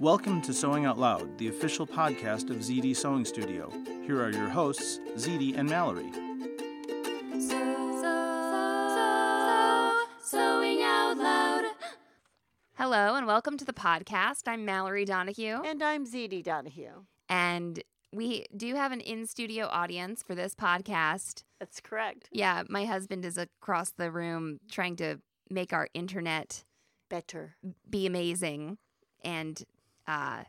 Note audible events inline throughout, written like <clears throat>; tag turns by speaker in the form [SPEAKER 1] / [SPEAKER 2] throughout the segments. [SPEAKER 1] Welcome to Sewing Out Loud, the official podcast of ZD Sewing Studio. Here are your hosts, ZD and Mallory.
[SPEAKER 2] So, so, sewing out loud.
[SPEAKER 3] Hello and welcome to the podcast. I'm Mallory Donahue,
[SPEAKER 4] And I'm ZD Donahue.
[SPEAKER 3] and we do have an in studio audience for this podcast.
[SPEAKER 4] That's correct.
[SPEAKER 3] Yeah, my husband is across the room trying to make our internet
[SPEAKER 4] Better.
[SPEAKER 3] be amazing, and uh,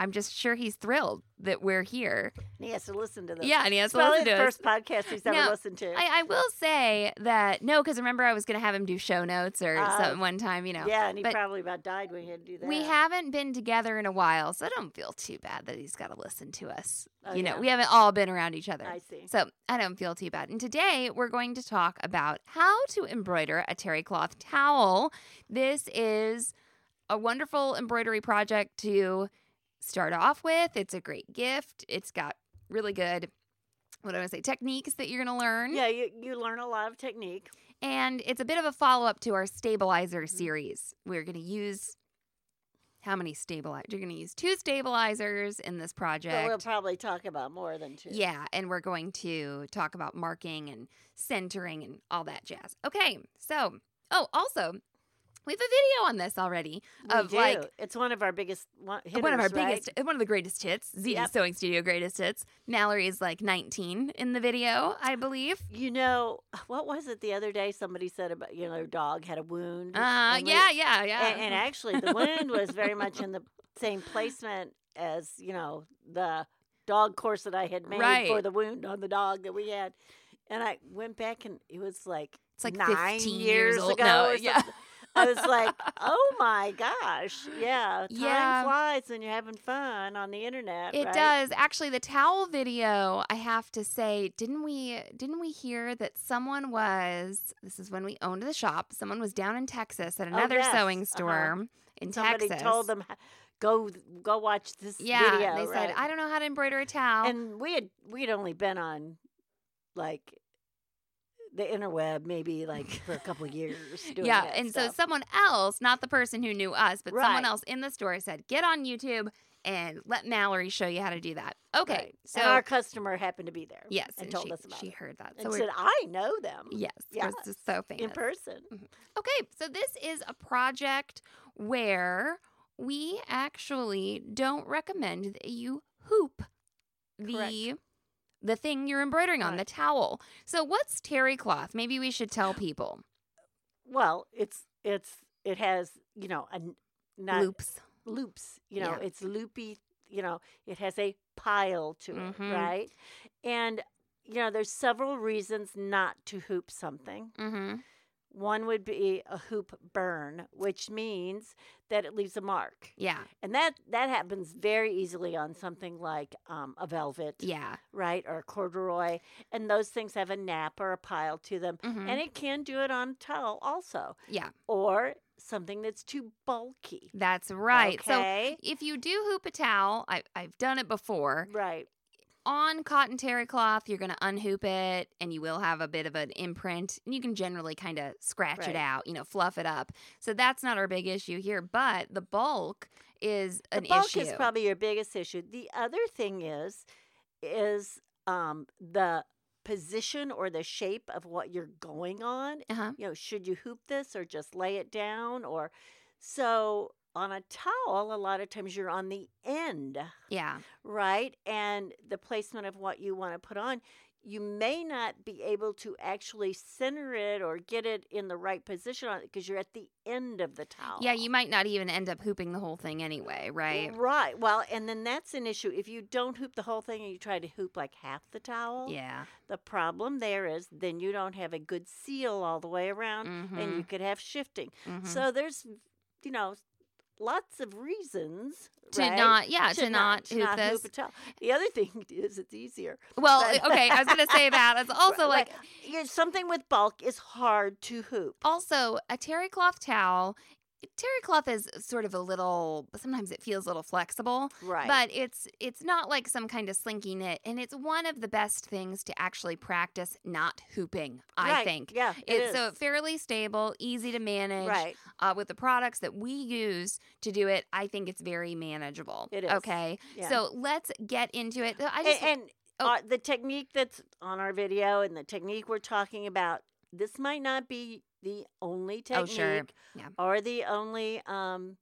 [SPEAKER 3] I'm just sure he's thrilled that we're here.
[SPEAKER 4] And he has to listen to this.
[SPEAKER 3] Yeah, and he has
[SPEAKER 4] It's
[SPEAKER 3] to
[SPEAKER 4] probably
[SPEAKER 3] listen
[SPEAKER 4] the
[SPEAKER 3] to us.
[SPEAKER 4] first podcast he's ever
[SPEAKER 3] No,
[SPEAKER 4] listened to.
[SPEAKER 3] I, I will say that no, because remember I was going to have him do show notes or
[SPEAKER 4] Oh.
[SPEAKER 3] something one time, you know.
[SPEAKER 4] yeah, and he
[SPEAKER 3] but-
[SPEAKER 4] probably about died when he had to do that.
[SPEAKER 3] We haven't been together in a while, so don't feel too bad that he's got to listen to us.
[SPEAKER 4] Oh,
[SPEAKER 3] you know,
[SPEAKER 4] yeah.
[SPEAKER 3] we haven't all been around each other.
[SPEAKER 4] I see.
[SPEAKER 3] So I don't feel too bad. And today we're going to talk about how to embroider a terry cloth towel. This is a wonderful embroidery project to start off with. It's a great gift. It's got really good, what do I want to say, techniques that you're going to learn.
[SPEAKER 4] Yeah, you, you learn a lot of technique.
[SPEAKER 3] And it's a bit of a follow up to our stabilizer
[SPEAKER 4] Mm-hmm.
[SPEAKER 3] series. We're going to use how many stabilizers? You're going to use two stabilizers in this
[SPEAKER 4] But we'll
[SPEAKER 3] project.
[SPEAKER 4] probably talk about more than two.
[SPEAKER 3] Yeah, and we're going to talk about marking and centering and all that jazz. Okay, so, oh, also, we have a video on this already
[SPEAKER 4] We
[SPEAKER 3] of
[SPEAKER 4] do.
[SPEAKER 3] like
[SPEAKER 4] it's one of our biggest one,
[SPEAKER 3] one of our
[SPEAKER 4] hitters, right?
[SPEAKER 3] biggest, one of the greatest hits, Z E
[SPEAKER 4] Yep.
[SPEAKER 3] Sewing Studio greatest hits. Mallory is like 19 in the video, I believe.
[SPEAKER 4] You know what was it the other day? Somebody said about you know dog had a wound.
[SPEAKER 3] Uh,
[SPEAKER 4] and we-
[SPEAKER 3] yeah, yeah, yeah. <laughs>
[SPEAKER 4] and, and actually the wound was very much in the same placement as you know the dog course that I had made for
[SPEAKER 3] Right.
[SPEAKER 4] the wound on the dog that we had, and I went back and it was like
[SPEAKER 3] It's like
[SPEAKER 4] nine
[SPEAKER 3] 15
[SPEAKER 4] years,
[SPEAKER 3] years old.
[SPEAKER 4] ago.
[SPEAKER 3] No,
[SPEAKER 4] or
[SPEAKER 3] yeah.
[SPEAKER 4] something. I was
[SPEAKER 3] <laughs>
[SPEAKER 4] like, oh my gosh, yeah, time
[SPEAKER 3] Yeah.
[SPEAKER 4] flies and you're having fun on the internet.
[SPEAKER 3] It
[SPEAKER 4] right?
[SPEAKER 3] does. Actually, the towel video, I have to say, didn't we didn't we hear that someone was this is when we owned the shop, someone was down in Texas at another
[SPEAKER 4] yes.
[SPEAKER 3] sewing
[SPEAKER 4] Uh-huh.
[SPEAKER 3] store in
[SPEAKER 4] Somebody
[SPEAKER 3] Texas.
[SPEAKER 4] told them, go go watch this
[SPEAKER 3] yeah,
[SPEAKER 4] video.
[SPEAKER 3] they
[SPEAKER 4] right?
[SPEAKER 3] said, I don't know how to embroider a towel.
[SPEAKER 4] and we had we had only been on like the interweb
[SPEAKER 3] <laughs>
[SPEAKER 4] maybe like for a couple of years doing
[SPEAKER 3] yeah,
[SPEAKER 4] that
[SPEAKER 3] and so
[SPEAKER 4] stuff.
[SPEAKER 3] someone else, not the person who knew us, but someone
[SPEAKER 4] Right.
[SPEAKER 3] else in the store said, "Get on YouTube and let Mallory show you how to do that." Okay.
[SPEAKER 4] Right.
[SPEAKER 3] So
[SPEAKER 4] and our customer happened to be there
[SPEAKER 3] yes,
[SPEAKER 4] and
[SPEAKER 3] and
[SPEAKER 4] told
[SPEAKER 3] she,
[SPEAKER 4] us about
[SPEAKER 3] she
[SPEAKER 4] it
[SPEAKER 3] heard that.
[SPEAKER 4] and
[SPEAKER 3] we're-
[SPEAKER 4] said i know them
[SPEAKER 3] yes,
[SPEAKER 4] Yes,
[SPEAKER 3] we're just so famous.
[SPEAKER 4] in person
[SPEAKER 3] Okay, so this is a project where we actually don't recommend that you hoop the
[SPEAKER 4] Correct.
[SPEAKER 3] the thing you're embroidering on,
[SPEAKER 4] Right.
[SPEAKER 3] the towel. So what's terry cloth? Maybe we should tell people.
[SPEAKER 4] well it's it's it has you know a n- not
[SPEAKER 3] Loops.
[SPEAKER 4] loops you know
[SPEAKER 3] Yeah.
[SPEAKER 4] it's loopy you know it has a pile to
[SPEAKER 3] Mhm.
[SPEAKER 4] it right and you know there's several reasons not to hoop something
[SPEAKER 3] Mm-hmm.
[SPEAKER 4] One would be a hoop burn, which means that it leaves a mark,
[SPEAKER 3] Yeah.
[SPEAKER 4] and that that happens very easily on something like um, a velvet,
[SPEAKER 3] Yeah.
[SPEAKER 4] right, or a corduroy, and those things have a nap or a pile to them,
[SPEAKER 3] mhm,
[SPEAKER 4] and it can do it on towel also,
[SPEAKER 3] Yeah.
[SPEAKER 4] or something that's too bulky.
[SPEAKER 3] That's right. So
[SPEAKER 4] Okay.
[SPEAKER 3] if you do hoop a towel, I, I've done it before.
[SPEAKER 4] right.
[SPEAKER 3] On cotton terry cloth, you're going to unhoop it and you will have a bit of an imprint. And you can generally kind of scratch
[SPEAKER 4] Right.
[SPEAKER 3] it out, you know, fluff it up. So that's not our big issue here, but the bulk is an
[SPEAKER 4] the bulk
[SPEAKER 3] issue.
[SPEAKER 4] is probably your biggest issue. The other thing is, is um, the position or the shape of what you're going on.
[SPEAKER 3] Uh-huh.
[SPEAKER 4] You know, should you hoop this or just lay it down? Or so on a towel, a lot of times you're on the end,
[SPEAKER 3] yeah.
[SPEAKER 4] right? And the placement of what you want to put on. You may not be able to actually center it or get it in the right position on it because you're at the end of the towel.
[SPEAKER 3] Yeah, you might not even end up hooping the whole thing anyway, right?
[SPEAKER 4] Right. Well, and then that's an issue. If you don't hoop the whole thing and you try to hoop like half the towel,
[SPEAKER 3] Yeah.
[SPEAKER 4] the problem there is then you don't have a good seal all the way around um,
[SPEAKER 3] Mm-hmm.
[SPEAKER 4] and you could have shifting.
[SPEAKER 3] mhm.
[SPEAKER 4] So there's, you know, lots of reasons
[SPEAKER 3] to
[SPEAKER 4] right,
[SPEAKER 3] not, yeah, to, not,
[SPEAKER 4] to
[SPEAKER 3] hoop
[SPEAKER 4] not
[SPEAKER 3] this.
[SPEAKER 4] a towel. The other <laughs> thing is it's easier.
[SPEAKER 3] well,
[SPEAKER 4] but-
[SPEAKER 3] okay, I was going to say that. It's also
[SPEAKER 4] <laughs> Right,
[SPEAKER 3] like
[SPEAKER 4] right. Yeah, something with bulk is hard to hoop.
[SPEAKER 3] Also, a terry cloth towel terry cloth is sort of a little sometimes it feels a little flexible
[SPEAKER 4] Right.
[SPEAKER 3] but it's it's not like some kind of slinky knit and it's one of the best things to actually practice not hooping i
[SPEAKER 4] Right,
[SPEAKER 3] think
[SPEAKER 4] Yeah.
[SPEAKER 3] it's
[SPEAKER 4] it
[SPEAKER 3] so
[SPEAKER 4] is.
[SPEAKER 3] fairly stable easy to manage
[SPEAKER 4] Right.
[SPEAKER 3] uh, with the products that we use to do it i think it's very manageable
[SPEAKER 4] It is,
[SPEAKER 3] okay
[SPEAKER 4] yeah.
[SPEAKER 3] so let's get into it i just
[SPEAKER 4] and and,
[SPEAKER 3] oh.
[SPEAKER 4] uh, the technique that's on our video and the technique we're talking about, this might not be the only
[SPEAKER 3] oh
[SPEAKER 4] technique
[SPEAKER 3] sure yeah
[SPEAKER 4] are the only um,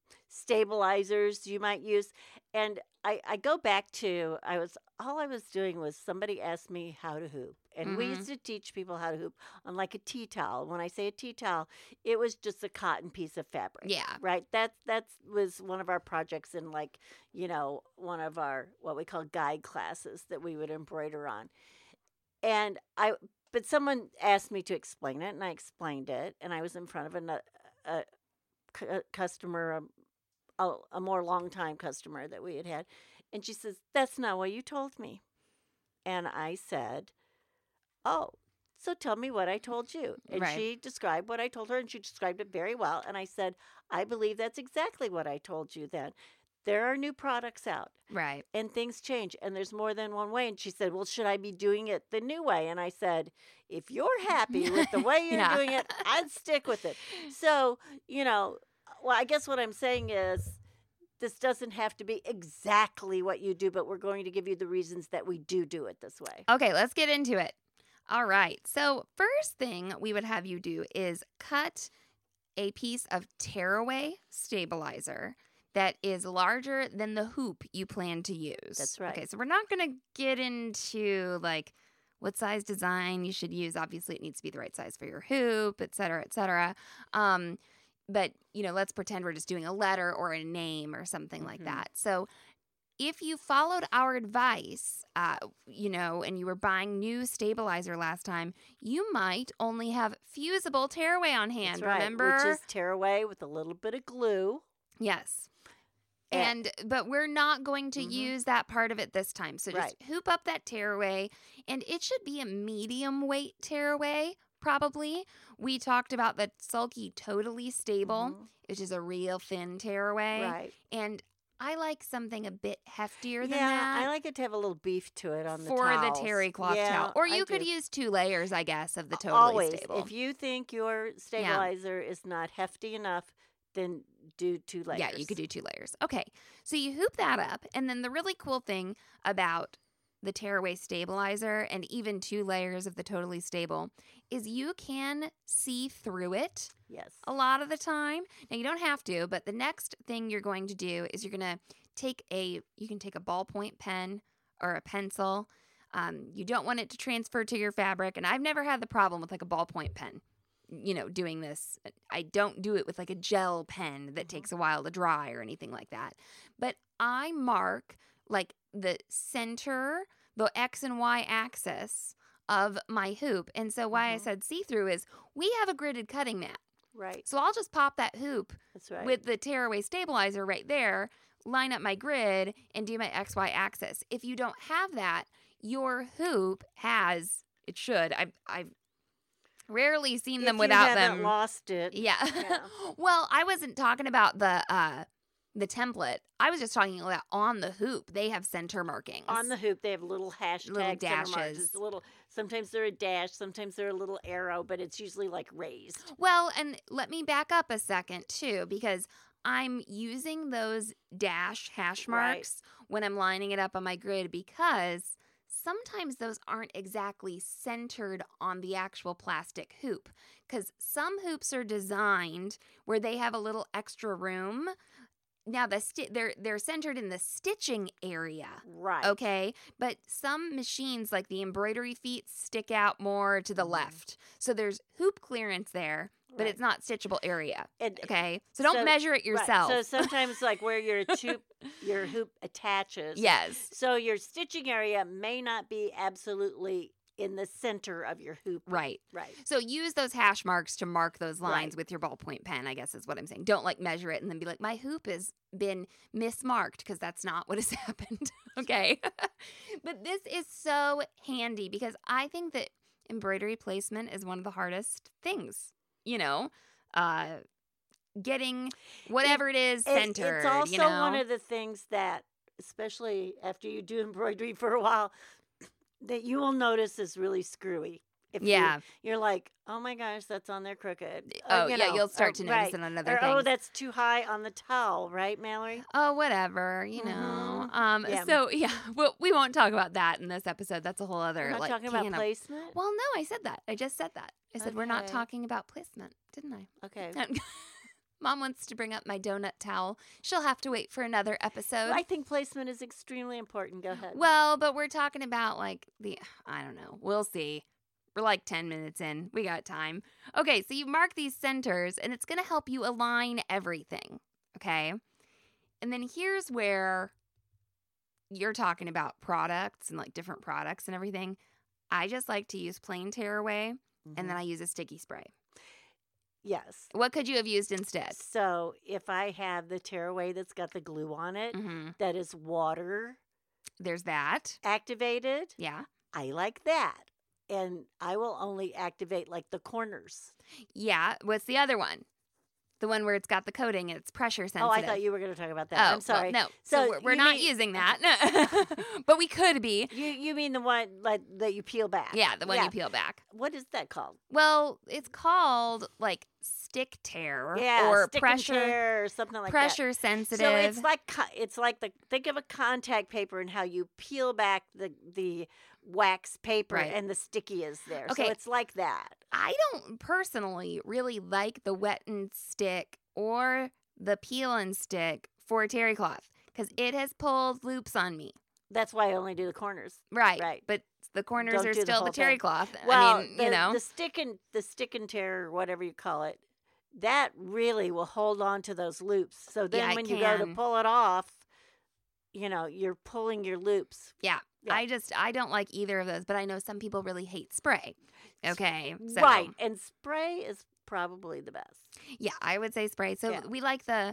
[SPEAKER 4] stabilizers you might use. And I, I go back to I was all I was doing was somebody asked me how to hoop, and we
[SPEAKER 3] Mhm.
[SPEAKER 4] used to teach people how to hoop on like a tea towel. When I say a tea towel, it was just a cotton piece of fabric.
[SPEAKER 3] yeah
[SPEAKER 4] Right. That that was one of our projects in like, you know, one of our what we call guide classes that we would embroider on. And I but someone asked me to explain it and I explained it and I was in front of ano- a, cu- a customer a, a, a more long time customer that we had had and she says, "That's not what you told me." And I said, "Oh, so tell me what I told you. And
[SPEAKER 3] Right.
[SPEAKER 4] she described what I told her, and she described it very well. And I said, I believe that's exactly what I told you then. There are new products out,
[SPEAKER 3] right
[SPEAKER 4] and things change, and there's more than one way. And she said, Well, should I be doing it the new way? And I said, If you're happy with the
[SPEAKER 3] <laughs>
[SPEAKER 4] way you're
[SPEAKER 3] Yeah.
[SPEAKER 4] doing it, I'd stick with it. So, you know, well, I guess what I'm saying is this doesn't have to be exactly what you do, but we're going to give you the reasons that we do do it this way.
[SPEAKER 3] Okay, let's get into it. All right. So, first thing we would have you do is cut a piece of tearaway stabilizer that is larger than the hoop you plan to use.
[SPEAKER 4] That's right.
[SPEAKER 3] Okay, so we're not going to get into like what size design you should use. Obviously, it needs to be the right size for your hoop, et cetera, et cetera. Um, but, you know, let's pretend we're just doing a letter or a name or something like
[SPEAKER 4] Mhm.
[SPEAKER 3] that. So, if you followed our advice, uh, you know, and you were buying new stabilizer last time, you might only have fusible tearaway on hand.
[SPEAKER 4] That's right,
[SPEAKER 3] remember?
[SPEAKER 4] Which is tear away with a little bit of glue.
[SPEAKER 3] yes.
[SPEAKER 4] Eh.
[SPEAKER 3] And but we're not going to
[SPEAKER 4] Mhm.
[SPEAKER 3] use that part of it this time. So just
[SPEAKER 4] Right.
[SPEAKER 3] hoop up that tearaway, and it should be a medium weight tearaway. Probably we talked about the sulky totally stable,
[SPEAKER 4] Mhm.
[SPEAKER 3] which is a real thin tearaway,
[SPEAKER 4] Right.
[SPEAKER 3] and I like something a bit heftier
[SPEAKER 4] yeah,
[SPEAKER 3] than that.
[SPEAKER 4] I like it to have a little beef to it on the
[SPEAKER 3] for
[SPEAKER 4] towels.
[SPEAKER 3] the terry cloth
[SPEAKER 4] yeah,
[SPEAKER 3] towel. Or
[SPEAKER 4] I
[SPEAKER 3] you could
[SPEAKER 4] do.
[SPEAKER 3] use two layers, I guess, of the totally
[SPEAKER 4] Always,
[SPEAKER 3] stable.
[SPEAKER 4] if you think your stabilizer is not hefty enough, then do two layers.
[SPEAKER 3] Yeah, you could do two layers. Okay. So you hoop that up. And then the really cool thing about the tearaway stabilizer and even two layers of the totally stable is you can see through it
[SPEAKER 4] Yes.
[SPEAKER 3] a lot of the time. Now you don't have to, but the next thing you're going to do is you're going to take a you can take a ballpoint pen or a pencil. Um, you don't want it to transfer to your fabric, and I've never had the problem with like a ballpoint pen. You know, doing this, I don't do it with like a gel pen that
[SPEAKER 4] Mhm.
[SPEAKER 3] takes a while to dry or anything like that. But I mark like the center, the x and y axis of my hoop, and so why I
[SPEAKER 4] Mhm.
[SPEAKER 3] said see through is we have a gridded cutting mat.
[SPEAKER 4] Right.
[SPEAKER 3] So I'll just pop that hoop
[SPEAKER 4] That's right.
[SPEAKER 3] with the tearaway stabilizer right there, line up my grid, and do my XY axis. If you don't have that, your hoop has, it should, I've, I've rarely seen
[SPEAKER 4] If
[SPEAKER 3] them
[SPEAKER 4] you
[SPEAKER 3] without
[SPEAKER 4] haven't
[SPEAKER 3] them.
[SPEAKER 4] lost it.
[SPEAKER 3] yeah.
[SPEAKER 4] Yeah.
[SPEAKER 3] <laughs> well, I wasn't talking about the, uh, the template. I was just talking about on the hoop. They have center markings.
[SPEAKER 4] On the hoop, they have little hashtags, and marks.
[SPEAKER 3] dashes.
[SPEAKER 4] It's a little. Sometimes they're a dash. Sometimes they're a little arrow, but it's usually like raised.
[SPEAKER 3] Well, and let me back up a second too, because I'm using those dash hash
[SPEAKER 4] Right.
[SPEAKER 3] marks when I'm lining it up on my grid because sometimes those aren't exactly centered on the actual plastic hoop. Because some hoops are designed where they have a little extra room. Now the sti- they're they're centered in the stitching area.
[SPEAKER 4] Right.
[SPEAKER 3] Okay. But some machines, like the embroidery feet, stick out more to the
[SPEAKER 4] Mhm.
[SPEAKER 3] left. So there's hoop clearance there, but
[SPEAKER 4] Right.
[SPEAKER 3] it's not stitchable area.
[SPEAKER 4] And-
[SPEAKER 3] Okay. So don't
[SPEAKER 4] So-
[SPEAKER 3] measure it
[SPEAKER 4] right,
[SPEAKER 3] yourself.
[SPEAKER 4] So sometimes, like where your hoop,
[SPEAKER 3] <laughs>
[SPEAKER 4] your hoop attaches.
[SPEAKER 3] yes.
[SPEAKER 4] So your stitching area may not be absolutely in the center of your hoop.
[SPEAKER 3] Right.
[SPEAKER 4] Right.
[SPEAKER 3] So use those hash marks to mark those
[SPEAKER 4] Right.
[SPEAKER 3] lines with your ballpoint pen, I guess is what I'm saying. Don't like measure it and then be like, my hoop has been mismarked because that's not what has <laughs> happened. okay. <laughs> but this is so handy because I think that embroidery placement is one of the hardest things, you know? Uh, getting whatever it is
[SPEAKER 4] It-
[SPEAKER 3] centered.
[SPEAKER 4] It's also
[SPEAKER 3] you know?
[SPEAKER 4] one of the things that, especially after you do <laughs> embroidery for a while, <clears throat> that you will notice is really screwy. If you-
[SPEAKER 3] yeah.
[SPEAKER 4] you're like, oh my gosh, that's on there crooked.
[SPEAKER 3] oh,
[SPEAKER 4] Or, you
[SPEAKER 3] yeah.
[SPEAKER 4] know,
[SPEAKER 3] You'll start
[SPEAKER 4] or,
[SPEAKER 3] to notice
[SPEAKER 4] uh, right.
[SPEAKER 3] it on other
[SPEAKER 4] Or,
[SPEAKER 3] things.
[SPEAKER 4] oh, that's too high on the towel, right, Mallory?
[SPEAKER 3] oh whatever you know um
[SPEAKER 4] Mm-hmm. Yeah.
[SPEAKER 3] so <laughs> yeah well we won't talk about that in this episode that's a whole other
[SPEAKER 4] We're not
[SPEAKER 3] like
[SPEAKER 4] talking about
[SPEAKER 3] can of-
[SPEAKER 4] placement.
[SPEAKER 3] well no i said that i just said that i said we're not
[SPEAKER 4] Okay.
[SPEAKER 3] talking about placement didn't i
[SPEAKER 4] okay.
[SPEAKER 3] <laughs> mom wants to bring up my donut towel she'll have to wait for another episode
[SPEAKER 4] I think placement is extremely important. Go ahead.
[SPEAKER 3] well but we're talking about like the i don't know we'll see we're like 10 minutes in we got time okay so you mark these centers and it's going to help you align everything okay and then here's where you're talking about products and like different products and everything. I just like to use plain tearaway and then I use a sticky spray.
[SPEAKER 4] mm-hmm. yes.
[SPEAKER 3] What could you have used instead?
[SPEAKER 4] So if I have the tearaway that's got the glue on it,
[SPEAKER 3] hmm
[SPEAKER 4] that is water
[SPEAKER 3] There's that.
[SPEAKER 4] activated,
[SPEAKER 3] Yeah.
[SPEAKER 4] I like that. And I will only activate like the corners.
[SPEAKER 3] Yeah. What's the other one? The one where it's got the coating, it's pressure sensitive.
[SPEAKER 4] Oh, I thought you were going to talk about that.
[SPEAKER 3] Oh,
[SPEAKER 4] I'm sorry.
[SPEAKER 3] Well, no. So,
[SPEAKER 4] So
[SPEAKER 3] we're, we're
[SPEAKER 4] you
[SPEAKER 3] not
[SPEAKER 4] mean-
[SPEAKER 3] using that. <laughs> but we could be.
[SPEAKER 4] You you mean the one like that you peel back?
[SPEAKER 3] Yeah. The one you peel back.
[SPEAKER 4] What is that called?
[SPEAKER 3] Well, it's called like stick tear
[SPEAKER 4] Yeah,
[SPEAKER 3] or
[SPEAKER 4] stick and
[SPEAKER 3] pressure
[SPEAKER 4] tear or something like that.
[SPEAKER 3] pressure sensitive.
[SPEAKER 4] So it's like co- it's like the think of a contact paper and how you peel back the the wax paper
[SPEAKER 3] Right.
[SPEAKER 4] and the sticky is there.
[SPEAKER 3] Okay.
[SPEAKER 4] So it's like that.
[SPEAKER 3] I don't personally really like the wet and stick or the peel and stick for terry cloth because it has pulled loops on me.
[SPEAKER 4] That's why I only do the corners.
[SPEAKER 3] Right.
[SPEAKER 4] Right.
[SPEAKER 3] But the corners
[SPEAKER 4] Don't
[SPEAKER 3] are
[SPEAKER 4] do the
[SPEAKER 3] still the,
[SPEAKER 4] whole
[SPEAKER 3] terry
[SPEAKER 4] thing.
[SPEAKER 3] cloth.
[SPEAKER 4] Well,
[SPEAKER 3] I mean,
[SPEAKER 4] the,
[SPEAKER 3] you know.
[SPEAKER 4] the stick and the stick and tear, or whatever you call it, that really will hold on to those loops. So then,
[SPEAKER 3] it
[SPEAKER 4] when you go to
[SPEAKER 3] can.
[SPEAKER 4] pull it off, you know you're pulling your loops. yeah.
[SPEAKER 3] I just I don't like either of those, but I know some people really hate spray. Okay. So
[SPEAKER 4] Right, and spray is probably the best.
[SPEAKER 3] Yeah, I would say spray. So
[SPEAKER 4] Yeah.
[SPEAKER 3] we like the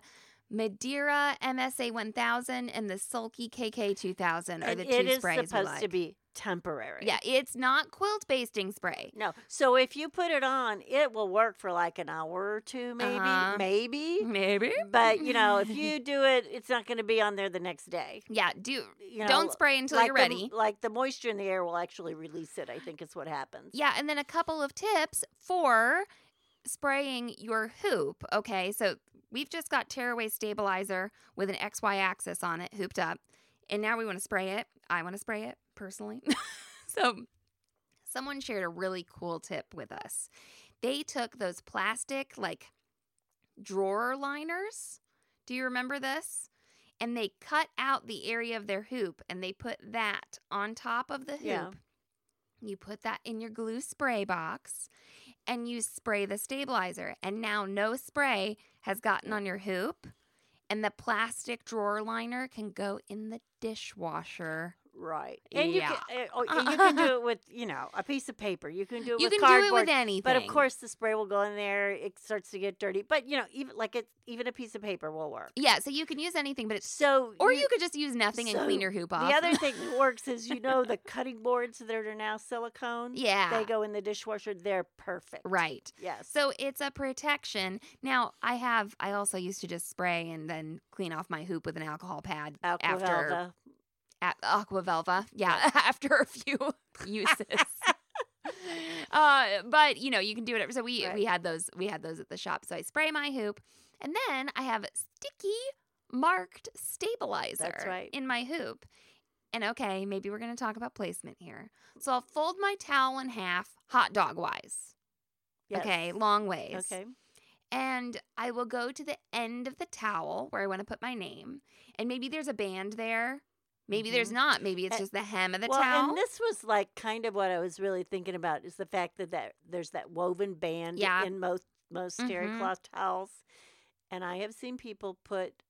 [SPEAKER 3] Madeira MSA 1000 and the Sulky KK 2000 are
[SPEAKER 4] and
[SPEAKER 3] the
[SPEAKER 4] it
[SPEAKER 3] two
[SPEAKER 4] is
[SPEAKER 3] sprays we
[SPEAKER 4] supposed to
[SPEAKER 3] like.
[SPEAKER 4] be temporary.
[SPEAKER 3] Yeah, it's not quilt basting spray.
[SPEAKER 4] No. So if you put it on, it will work for like an hour or two, maybe,
[SPEAKER 3] Uh-huh. Mm-hmm.
[SPEAKER 4] maybe.
[SPEAKER 3] Maybe.
[SPEAKER 4] But you
[SPEAKER 3] <laughs>
[SPEAKER 4] know, if you do it, it's not going to be on there the next day.
[SPEAKER 3] Yeah, do
[SPEAKER 4] You know,
[SPEAKER 3] don't spray until
[SPEAKER 4] like
[SPEAKER 3] you're
[SPEAKER 4] the-
[SPEAKER 3] ready.
[SPEAKER 4] like the moisture in the air will actually release it. I think is what happens.
[SPEAKER 3] yeah, and then a couple of tips for spraying your hoop. Okay, so we've just got tearaway stabilizer with an XY axis on it, hooped up, and now we want to spray it. I want to spray it personally. <laughs> so, someone shared a really cool tip with us. They took those plastic like drawer liners. Do you remember this? And they cut out the area of their hoop and they put that on top of the hoop.
[SPEAKER 4] Yeah.
[SPEAKER 3] You put that in your glue spray box and you spray the stabilizer. And now no spray has gotten on your hoop. And the plastic drawer liner can go in the dishwasher.
[SPEAKER 4] Right. And you
[SPEAKER 3] Yeah.
[SPEAKER 4] can, uh, oh, and
[SPEAKER 3] <laughs>
[SPEAKER 4] you can do it with you know a piece of paper. You can do it
[SPEAKER 3] You
[SPEAKER 4] with
[SPEAKER 3] can
[SPEAKER 4] cardboard.
[SPEAKER 3] do it with anything.
[SPEAKER 4] but of course, the spray will go in there. It starts to get dirty. But you know, even like it, even a piece of paper will work.
[SPEAKER 3] Yeah, so you can use anything, but it's
[SPEAKER 4] So
[SPEAKER 3] or you could just use nothing and
[SPEAKER 4] so
[SPEAKER 3] clean your hoop off.
[SPEAKER 4] The other thing that works is you know the cutting boards that are now
[SPEAKER 3] <laughs>
[SPEAKER 4] silicone.
[SPEAKER 3] yeah.
[SPEAKER 4] They go in the dishwasher. They're perfect.
[SPEAKER 3] Right.
[SPEAKER 4] Yes.
[SPEAKER 3] So it's a protection. Now, I have, I also used to just spray and then clean off my hoop with an alcohol pad after
[SPEAKER 4] Aquavelva.
[SPEAKER 3] a- aqua velva. Yeah, <laughs> after a
[SPEAKER 4] <laughs>
[SPEAKER 3] few uses. uh, but you know, you can do whatever. So we
[SPEAKER 4] Right.
[SPEAKER 3] we had those we had those at the shop. So I spray my hoop, and then I have sticky marked stabilizer
[SPEAKER 4] right.
[SPEAKER 3] in my hoop. And okay, maybe we're going to talk about placement here. So I'll fold my towel in half, hot dog wise.
[SPEAKER 4] Yes.
[SPEAKER 3] Okay, long ways.
[SPEAKER 4] Okay.
[SPEAKER 3] And I will go to the end of the towel where I want to put my name. And maybe there's a band there. Maybe there's
[SPEAKER 4] Mhm.
[SPEAKER 3] not. Maybe it's
[SPEAKER 4] A-
[SPEAKER 3] just the hem of the
[SPEAKER 4] well,
[SPEAKER 3] towel.
[SPEAKER 4] and this was like kind of what I was really thinking about is the fact that, that there's that woven band
[SPEAKER 3] Yeah.
[SPEAKER 4] in most most terry
[SPEAKER 3] Mhm.
[SPEAKER 4] cloth towels, and I have seen people put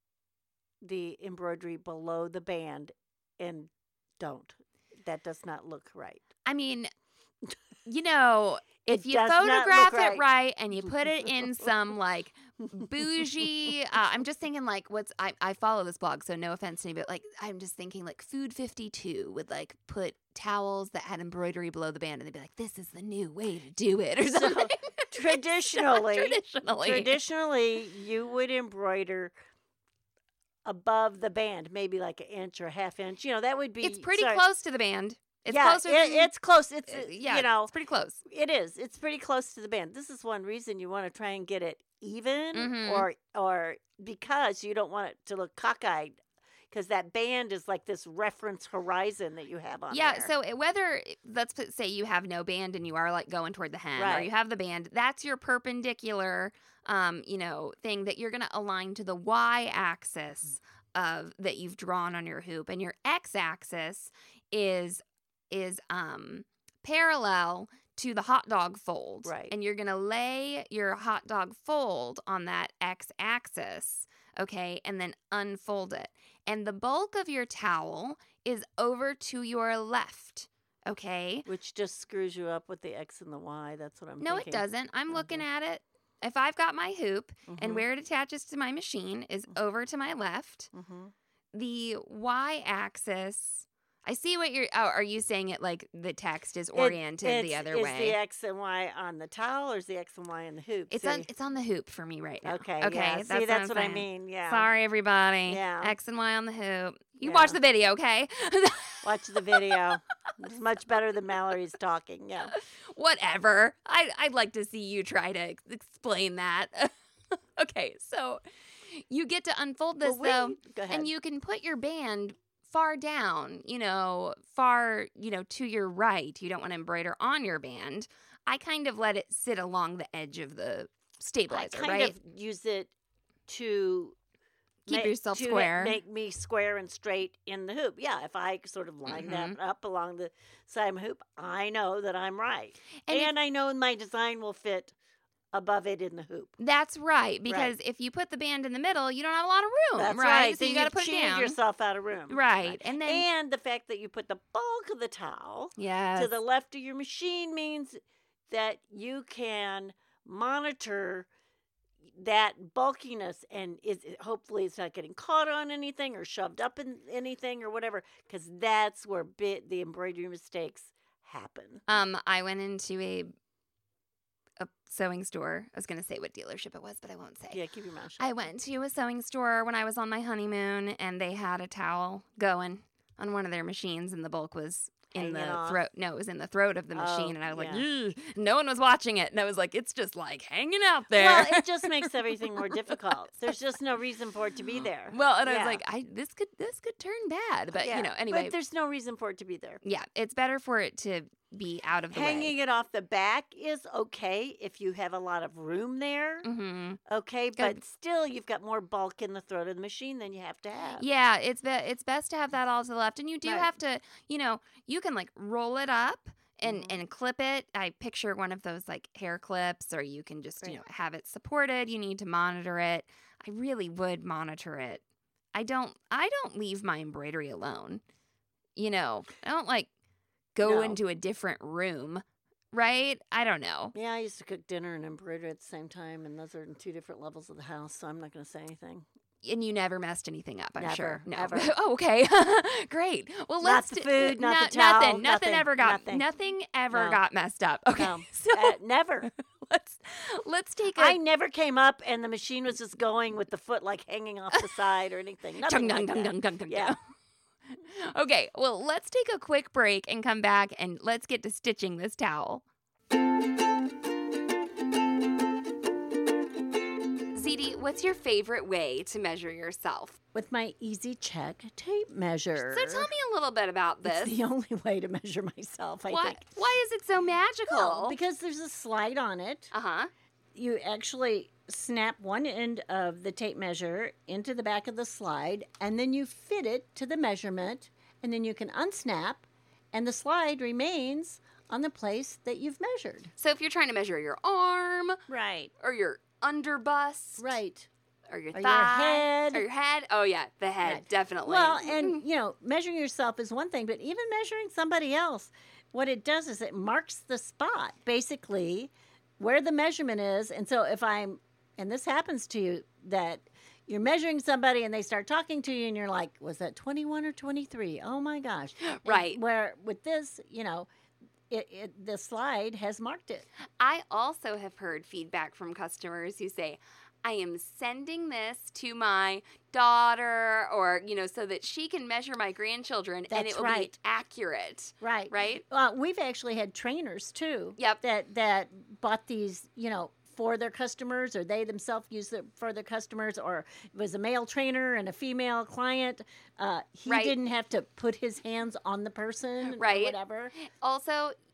[SPEAKER 4] the embroidery below the band, and don't. That does not look
[SPEAKER 3] <laughs>
[SPEAKER 4] right. <laughs>
[SPEAKER 3] I mean, you know, if
[SPEAKER 4] It
[SPEAKER 3] you
[SPEAKER 4] does not look
[SPEAKER 3] photograph it
[SPEAKER 4] right.
[SPEAKER 3] right and you put it
[SPEAKER 4] <laughs>
[SPEAKER 3] in some like bougie. Uh, I'm just thinking like what's I, I follow this blog, so no offense to me, but like I'm just thinking like Food 52 would like
[SPEAKER 4] <laughs>
[SPEAKER 3] put towels that had embroidery below the band, and they'd be like, "This is the new way to do it" or <laughs>
[SPEAKER 4] So
[SPEAKER 3] something.
[SPEAKER 4] Traditionally,
[SPEAKER 3] traditionally.
[SPEAKER 4] Traditionally, you would embroider above the band, maybe like an inch or a half inch. You know, that would be
[SPEAKER 3] it's pretty
[SPEAKER 4] sorry.
[SPEAKER 3] close to the band. It's
[SPEAKER 4] yeah,
[SPEAKER 3] closer.
[SPEAKER 4] it-
[SPEAKER 3] than,
[SPEAKER 4] it's close. It's
[SPEAKER 3] uh,
[SPEAKER 4] uh,
[SPEAKER 3] yeah,
[SPEAKER 4] you know,
[SPEAKER 3] it's pretty close.
[SPEAKER 4] it is. It's pretty close to the band. This is one reason you want to try and get it even,
[SPEAKER 3] Mhm.
[SPEAKER 4] or or because you don't want it to look cockeyed, because that band is like this reference horizon that you have on.
[SPEAKER 3] yeah.
[SPEAKER 4] there.
[SPEAKER 3] So it- whether eh, let's put, say you have no band and you are like going toward the hen, or
[SPEAKER 4] Right.
[SPEAKER 3] you have the band, that's your perpendicular, um, you know, thing that you're going to align to the y-axis of that you've drawn on your hoop, and your x-axis is is um parallel to the hot dog fold,
[SPEAKER 4] Right.
[SPEAKER 3] And you're going to lay your hot dog fold on that x-axis, okay, and then unfold it. And the bulk of your towel is over to your left. Okay.
[SPEAKER 4] which just screws you up with the X and the Y. That's what I'm.
[SPEAKER 3] No, it
[SPEAKER 4] thinking.
[SPEAKER 3] doesn't. I'm looking at it. If I've got my hoop and
[SPEAKER 4] Mhm,
[SPEAKER 3] where it attaches to my machine is
[SPEAKER 4] Mhm.
[SPEAKER 3] over to my left,
[SPEAKER 4] mhm.
[SPEAKER 3] the y axis. I see what you're. Oh, are you saying it like the text is oriented the
[SPEAKER 4] It's-
[SPEAKER 3] other
[SPEAKER 4] is
[SPEAKER 3] way?
[SPEAKER 4] the X and Y on the towel, or is the X and Y in the hoop?
[SPEAKER 3] it's
[SPEAKER 4] See?
[SPEAKER 3] on. It's on the hoop for me right now.
[SPEAKER 4] okay.
[SPEAKER 3] Okay.
[SPEAKER 4] yeah.
[SPEAKER 3] That's
[SPEAKER 4] See,
[SPEAKER 3] what,
[SPEAKER 4] that's
[SPEAKER 3] I'm
[SPEAKER 4] what
[SPEAKER 3] saying.
[SPEAKER 4] I mean. Yeah.
[SPEAKER 3] Sorry, everybody.
[SPEAKER 4] Yeah.
[SPEAKER 3] X and Y on the hoop. You
[SPEAKER 4] Yeah.
[SPEAKER 3] watch the video, okay?
[SPEAKER 4] Watch the video. it's much better than Mallory's talking.
[SPEAKER 3] <laughs>
[SPEAKER 4] Yeah.
[SPEAKER 3] whatever. I, I'd like to see you try to ex- explain that. <laughs> okay, so you get to unfold this
[SPEAKER 4] Well, wait,
[SPEAKER 3] though,
[SPEAKER 4] go ahead.
[SPEAKER 3] and you can put your band far down, you know, far, you know, to your right. You don't want to embroider on your band. I kind of let it sit along the edge of the
[SPEAKER 4] I
[SPEAKER 3] stabilizer,
[SPEAKER 4] kind
[SPEAKER 3] right?
[SPEAKER 4] of use it to
[SPEAKER 3] Keep
[SPEAKER 4] ma-
[SPEAKER 3] yourself
[SPEAKER 4] to ha-
[SPEAKER 3] square.
[SPEAKER 4] Make me square and straight in the hoop. Yeah. If I sort of line
[SPEAKER 3] Mm-hmm.
[SPEAKER 4] that up along the side of my hoop, I know that I'm right,
[SPEAKER 3] And
[SPEAKER 4] and,
[SPEAKER 3] if-
[SPEAKER 4] I know my design will fit above it in the hoop.
[SPEAKER 3] That's right, because if you put the band in the middle, you don't have a lot of room,
[SPEAKER 4] That's
[SPEAKER 3] Oh, right?
[SPEAKER 4] right.
[SPEAKER 3] So
[SPEAKER 4] Then
[SPEAKER 3] you got to
[SPEAKER 4] you've
[SPEAKER 3] put it
[SPEAKER 4] cheated
[SPEAKER 3] down,
[SPEAKER 4] yourself out of room.
[SPEAKER 3] right? And then
[SPEAKER 4] and the fact that you put the bulk of the towel
[SPEAKER 3] yes,
[SPEAKER 4] to the left of your machine means that you can monitor that bulkiness and is it- hopefully it's not getting caught on anything or shoved up in anything or whatever because that's where bit the embroidery mistakes happen
[SPEAKER 3] Um, I went into a a sewing store. I was gonna say what dealership it was, but I won't say.
[SPEAKER 4] yeah keep your mouth shut
[SPEAKER 3] I went to a sewing store when I was on my honeymoon, and they had a towel going on one of their machines, and the bulk was in
[SPEAKER 4] Hanging
[SPEAKER 3] the
[SPEAKER 4] off.
[SPEAKER 3] throat. No, it was in the throat of the machine,
[SPEAKER 4] Oh,
[SPEAKER 3] and I was
[SPEAKER 4] yeah.
[SPEAKER 3] like, "Ugh." no one was watching it, and I was like, it's just like hanging out there.
[SPEAKER 4] well it
[SPEAKER 3] <laughs>
[SPEAKER 4] just makes everything more difficult there's just no reason for it
[SPEAKER 3] <gasps>
[SPEAKER 4] to be there
[SPEAKER 3] Well, and I was
[SPEAKER 4] Yeah.
[SPEAKER 3] like, I this could this could turn bad, but
[SPEAKER 4] Yeah,
[SPEAKER 3] you know, anyway,
[SPEAKER 4] but there's no reason for it to be there
[SPEAKER 3] yeah, it's better for it to be out of the
[SPEAKER 4] Hanging
[SPEAKER 3] way.
[SPEAKER 4] it off the back is okay if you have a lot of room there.
[SPEAKER 3] Mm-hmm.
[SPEAKER 4] Okay,
[SPEAKER 3] Good.
[SPEAKER 4] but still you've got more bulk in the throat of the machine than you have to have.
[SPEAKER 3] Yeah, it's be- it's best to have that all to the left, and you do
[SPEAKER 4] Right.
[SPEAKER 3] have to, you know, you can like roll it up and
[SPEAKER 4] Mhm.
[SPEAKER 3] and clip it. I picture one of those like hair clips, or you can just you know
[SPEAKER 4] Right.
[SPEAKER 3] have it supported. You need to monitor it. I really would monitor it. I don't I don't leave my embroidery alone. You know, I don't like go
[SPEAKER 4] No.
[SPEAKER 3] into a different room, right? I don't know.
[SPEAKER 4] Yeah, I used to cook dinner and embroider at the same time, and those are in two different levels of the house, so I'm not going to say anything.
[SPEAKER 3] and you never messed anything up, I'm sure.
[SPEAKER 4] Never,
[SPEAKER 3] No.
[SPEAKER 4] ever.
[SPEAKER 3] <laughs> oh, okay. Great. Well,
[SPEAKER 4] Not
[SPEAKER 3] let's
[SPEAKER 4] the
[SPEAKER 3] d-
[SPEAKER 4] food, not the
[SPEAKER 3] nothing,
[SPEAKER 4] towel,
[SPEAKER 3] nothing,
[SPEAKER 4] nothing,
[SPEAKER 3] ever got nothing,
[SPEAKER 4] nothing.
[SPEAKER 3] ever
[SPEAKER 4] No.
[SPEAKER 3] got messed up. Okay.
[SPEAKER 4] No.
[SPEAKER 3] <laughs> So
[SPEAKER 4] Uh,
[SPEAKER 3] <laughs>
[SPEAKER 4] never.
[SPEAKER 3] let's let's take a
[SPEAKER 4] I never came up, and the machine was just going with the foot like hanging off the side
[SPEAKER 3] <laughs>
[SPEAKER 4] or anything.
[SPEAKER 3] dung
[SPEAKER 4] Nothing
[SPEAKER 3] dung
[SPEAKER 4] like
[SPEAKER 3] dung
[SPEAKER 4] that.
[SPEAKER 3] dung dung dung.
[SPEAKER 4] Yeah.
[SPEAKER 3] <laughs> okay. Well, let's take a quick break and come back and let's get to stitching this towel. ZD, what's your favorite way to measure yourself?
[SPEAKER 4] With my easy check tape measure.
[SPEAKER 3] So tell me a little bit about this.
[SPEAKER 4] It's the <laughs> only way to measure myself, I
[SPEAKER 3] why,
[SPEAKER 4] think.
[SPEAKER 3] why is it so magical?
[SPEAKER 4] Well, because there's a slide on it.
[SPEAKER 3] uh huh.
[SPEAKER 4] you actually snap one end of the tape measure into the back of the slide and then you fit it to the measurement and then you can unsnap and the slide remains on the place that you've measured.
[SPEAKER 3] So if you're trying to measure your arm
[SPEAKER 4] Right.
[SPEAKER 3] or your under bust,
[SPEAKER 4] Right.
[SPEAKER 3] or your
[SPEAKER 4] Or your
[SPEAKER 3] thigh,
[SPEAKER 4] head.
[SPEAKER 3] or your head. Oh yeah, the head
[SPEAKER 4] Right.
[SPEAKER 3] definitely.
[SPEAKER 4] Well, and you know, measuring yourself is one thing, but even measuring somebody else, what it does is it marks the spot basically where the measurement is. And so if I'm, and this happens to you, that you're measuring somebody and they start talking to you and you're like, was that 21 or 23? Oh my gosh. And
[SPEAKER 3] Right.
[SPEAKER 4] Where with this, you know, it, it, the slide has marked it.
[SPEAKER 3] I also have heard feedback from customers who say, I am sending this to my daughter or, you know, so that she can measure my grandchildren and
[SPEAKER 4] That's
[SPEAKER 3] it will
[SPEAKER 4] right.
[SPEAKER 3] be accurate.
[SPEAKER 4] Right. <laughs>
[SPEAKER 3] Right?
[SPEAKER 4] Well, uh, we've actually had trainers too.
[SPEAKER 3] Yep.
[SPEAKER 4] That that bought these, you know, for their customers, or they themselves used it for their customers, or it was a male trainer and a female client. Uh, he
[SPEAKER 3] Right.
[SPEAKER 4] didn't have to put his hands on the person,
[SPEAKER 3] Right.
[SPEAKER 4] Or whatever.
[SPEAKER 3] Also,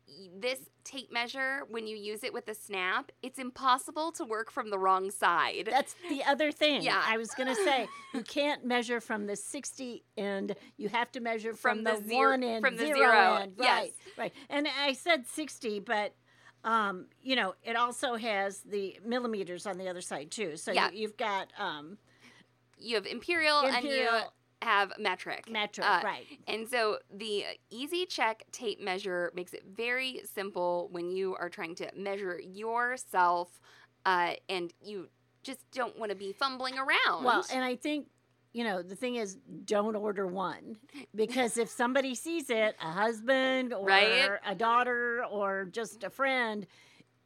[SPEAKER 3] y- this tape measure, when you use it with a snap, it's impossible to work from the wrong side.
[SPEAKER 4] That's the other thing.
[SPEAKER 3] Yeah.
[SPEAKER 4] I was gonna say you can't measure from the sixty end. You have to measure from,
[SPEAKER 3] From
[SPEAKER 4] the,
[SPEAKER 3] the zer-
[SPEAKER 4] one end,
[SPEAKER 3] from the
[SPEAKER 4] zero,
[SPEAKER 3] zero,
[SPEAKER 4] end.
[SPEAKER 3] yes.
[SPEAKER 4] Right, right. And I said sixty, but um, you know, it also has the millimeters on the other side too. So
[SPEAKER 3] Yeah.
[SPEAKER 4] you, you've got um,
[SPEAKER 3] you have imperial, and
[SPEAKER 4] Imperial.
[SPEAKER 3] you have metric.
[SPEAKER 4] metric,
[SPEAKER 3] Uh,
[SPEAKER 4] right?
[SPEAKER 3] And so the easy check tape measure makes it very simple when you are trying to measure yourself uh, and you just don't want to be fumbling around.
[SPEAKER 4] Well, and I think you know the thing is, don't order one because if somebody sees it, a husband or
[SPEAKER 3] Right.
[SPEAKER 4] a daughter or just a friend,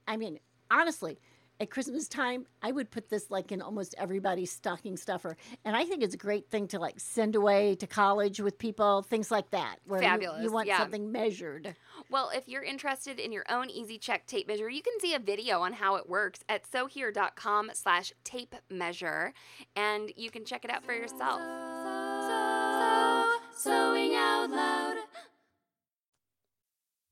[SPEAKER 4] I mean, honestly. At Christmas time, I would put this like in almost everybody's stocking stuffer, and I think it's a great thing to like send away to college with people, things like that, where you- you,
[SPEAKER 3] Fabulous,
[SPEAKER 4] want
[SPEAKER 3] yeah.
[SPEAKER 4] something measured.
[SPEAKER 3] Well, if you're interested in your own easy check tape measure, you can see a video on how it works at sohere.com slash tape measure and you can check it out for yourself.
[SPEAKER 2] So, sewing out loud.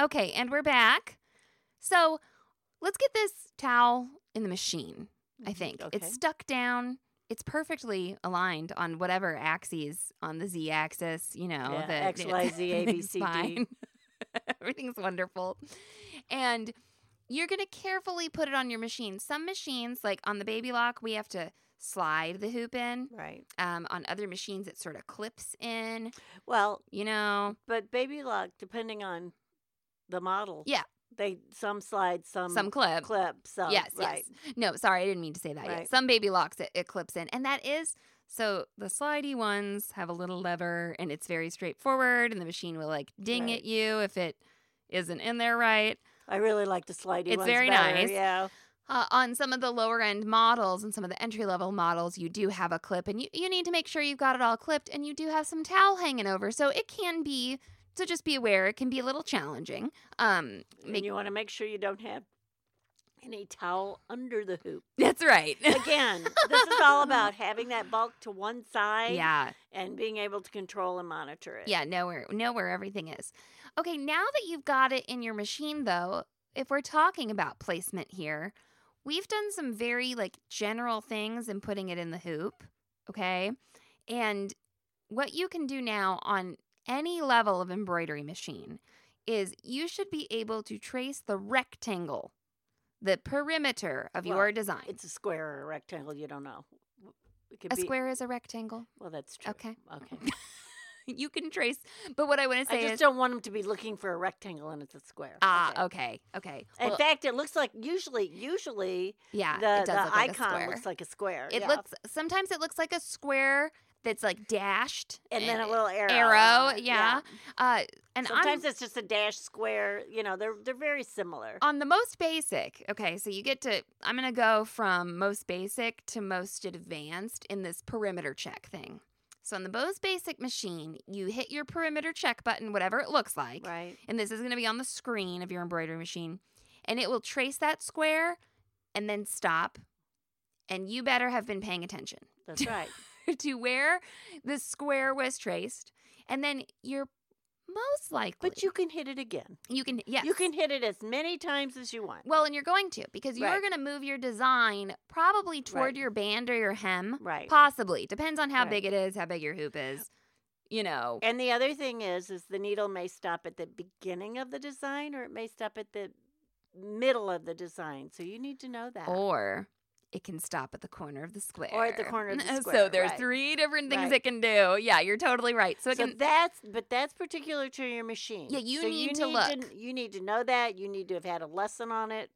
[SPEAKER 3] Okay, and we're back. So let's get this towel in the machine, I
[SPEAKER 4] Mhm,
[SPEAKER 3] think.
[SPEAKER 4] okay.
[SPEAKER 3] It's stuck down. It's perfectly aligned on whatever axes on the z axis, you know.
[SPEAKER 4] Yeah,
[SPEAKER 3] the, <laughs>
[SPEAKER 4] X, Y, Z, A, B,
[SPEAKER 3] everything's
[SPEAKER 4] C, D.
[SPEAKER 3] fine. <laughs> everything's wonderful. And you're going to carefully put it on your machine. Some machines, like on the baby lock, we have to slide the hoop in.
[SPEAKER 4] Right.
[SPEAKER 3] Um, on other machines, it sort of clips in,
[SPEAKER 4] Well,
[SPEAKER 3] you know.
[SPEAKER 4] but baby lock, depending on the model,
[SPEAKER 3] Yeah.
[SPEAKER 4] they some slide, some
[SPEAKER 3] some clip.
[SPEAKER 4] clip, some
[SPEAKER 3] yes,
[SPEAKER 4] right.
[SPEAKER 3] yes. No, sorry, I didn't mean to say that. yet.
[SPEAKER 4] Right.
[SPEAKER 3] Some baby locks it, it clips in, and that is so the slidey ones have a little lever, and it's very straightforward, and the machine will like ding
[SPEAKER 4] Right.
[SPEAKER 3] at you if it isn't in there right.
[SPEAKER 4] I really like the slidey
[SPEAKER 3] It's
[SPEAKER 4] ones
[SPEAKER 3] very
[SPEAKER 4] better,
[SPEAKER 3] nice.
[SPEAKER 4] Yeah.
[SPEAKER 3] Uh, on some of the lower end models and some of the entry level models, you do have a clip, and you you need to make sure you've got it all clipped, and you do have some towel hanging over, so it can be. So just be aware, it can be a little challenging. Um,
[SPEAKER 4] and
[SPEAKER 3] make,
[SPEAKER 4] you want to make sure you don't have any towel under the hoop.
[SPEAKER 3] <laughs> that's right.
[SPEAKER 4] Again, this is all about having that bulk to one
[SPEAKER 3] <laughs>
[SPEAKER 4] side
[SPEAKER 3] yeah.
[SPEAKER 4] and being able to control and monitor it.
[SPEAKER 3] Yeah, know where know where everything is. Okay, now that you've got it in your machine though, if we're talking about placement here, we've done some very like general things in putting it in the hoop, okay? And what you can do now on any level of embroidery machine is you should be able to trace the rectangle, the perimeter of
[SPEAKER 4] Well,
[SPEAKER 3] your design.
[SPEAKER 4] It's a square or a rectangle, you don't know. It could
[SPEAKER 3] a
[SPEAKER 4] be-
[SPEAKER 3] square is a rectangle.
[SPEAKER 4] Well, that's true.
[SPEAKER 3] Okay.
[SPEAKER 4] Okay.
[SPEAKER 3] <laughs> you can trace, but what I want to <laughs>
[SPEAKER 4] I
[SPEAKER 3] say
[SPEAKER 4] just
[SPEAKER 3] is
[SPEAKER 4] don't want them to be looking for a rectangle and it's a square.
[SPEAKER 3] ah, okay, okay.
[SPEAKER 4] In
[SPEAKER 3] Well,
[SPEAKER 4] fact, it looks like usually, usually
[SPEAKER 3] yeah,
[SPEAKER 4] the,
[SPEAKER 3] it does
[SPEAKER 4] the
[SPEAKER 3] look like a
[SPEAKER 4] icon
[SPEAKER 3] square.
[SPEAKER 4] looks like a square.
[SPEAKER 3] It
[SPEAKER 4] yeah.
[SPEAKER 3] looks sometimes it looks like a square that's like dashed
[SPEAKER 4] and then a
[SPEAKER 3] eh,
[SPEAKER 4] little arrow. on
[SPEAKER 3] arrow,
[SPEAKER 4] it,
[SPEAKER 3] yeah. Uh, and
[SPEAKER 4] Sometimes
[SPEAKER 3] on,
[SPEAKER 4] it's just a dash square. You know, they're they're very similar.
[SPEAKER 3] on the most basic, okay, so you get to I'm gonna go from most basic to most advanced in this perimeter check thing. So on the Bose Basic machine, you hit your perimeter check button, whatever it looks like.
[SPEAKER 4] Right.
[SPEAKER 3] And this is going to be on the screen of your embroidery machine. And it will trace that square and then stop. And you better have been paying attention <laughs>
[SPEAKER 4] <laughs> That's right.
[SPEAKER 3] to where the square was traced. And then you're most likely.
[SPEAKER 4] But you can hit it again.
[SPEAKER 3] you can, yes.
[SPEAKER 4] You can hit it as many times as you want.
[SPEAKER 3] Well, and you're going to because you're
[SPEAKER 4] Right.
[SPEAKER 3] going to move your design probably toward
[SPEAKER 4] Right.
[SPEAKER 3] your band or your hem.
[SPEAKER 4] Right.
[SPEAKER 3] Possibly. Depends on how
[SPEAKER 4] Right.
[SPEAKER 3] big it is, how big your hoop is. You know,
[SPEAKER 4] And the other thing is, is the needle may stop at the beginning of the design or it may stop at the middle of the design. So you need to know that.
[SPEAKER 3] or it can stop at the corner of the square.
[SPEAKER 4] at the corner of the
[SPEAKER 3] <laughs> So
[SPEAKER 4] square,
[SPEAKER 3] there's
[SPEAKER 4] right.
[SPEAKER 3] three different things
[SPEAKER 4] Right.
[SPEAKER 3] it can do. Yeah, you're totally right. So
[SPEAKER 4] so
[SPEAKER 3] it can.
[SPEAKER 4] that's but that's particular to your machine.
[SPEAKER 3] Yeah, you
[SPEAKER 4] So
[SPEAKER 3] need to
[SPEAKER 4] you need
[SPEAKER 3] look.
[SPEAKER 4] to you need to know that. You need to have had a lesson on it.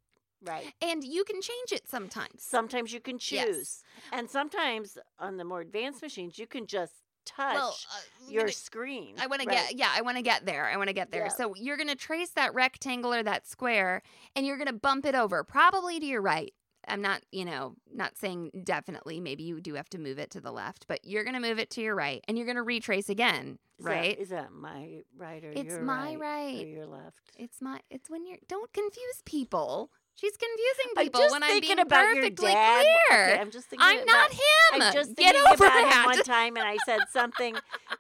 [SPEAKER 4] Right.
[SPEAKER 3] and you can change it sometimes.
[SPEAKER 4] Sometimes you can
[SPEAKER 3] Yes.
[SPEAKER 4] choose. And sometimes on the more advanced machines you can just touch
[SPEAKER 3] Well, uh, I'm
[SPEAKER 4] your
[SPEAKER 3] gonna-
[SPEAKER 4] screen.
[SPEAKER 3] I want to
[SPEAKER 4] Right.
[SPEAKER 3] get, yeah, I want to get there. I want to get there.
[SPEAKER 4] Yeah.
[SPEAKER 3] So you're going to trace that rectangle or that square and you're going to bump it over, probably to your right. I'm not, you know, not saying definitely. Maybe you do have to move it to the left, but you're going to move it to your right and you're going to retrace again,
[SPEAKER 4] Is that-
[SPEAKER 3] right?
[SPEAKER 4] Is that my right or
[SPEAKER 3] It's
[SPEAKER 4] your
[SPEAKER 3] my
[SPEAKER 4] Or
[SPEAKER 3] right.
[SPEAKER 4] your left.
[SPEAKER 3] It's my, it's when you're, don't confuse people. She's confusing
[SPEAKER 4] I'm
[SPEAKER 3] people
[SPEAKER 4] just
[SPEAKER 3] when I'm being
[SPEAKER 4] thinking about your
[SPEAKER 3] perfectly
[SPEAKER 4] dad.
[SPEAKER 3] clear.
[SPEAKER 4] Okay, I'm just thinking
[SPEAKER 3] I'm
[SPEAKER 4] about-
[SPEAKER 3] not him.
[SPEAKER 4] I'm just
[SPEAKER 3] Get
[SPEAKER 4] thinking
[SPEAKER 3] over
[SPEAKER 4] about
[SPEAKER 3] that.
[SPEAKER 4] him one time, and I said something.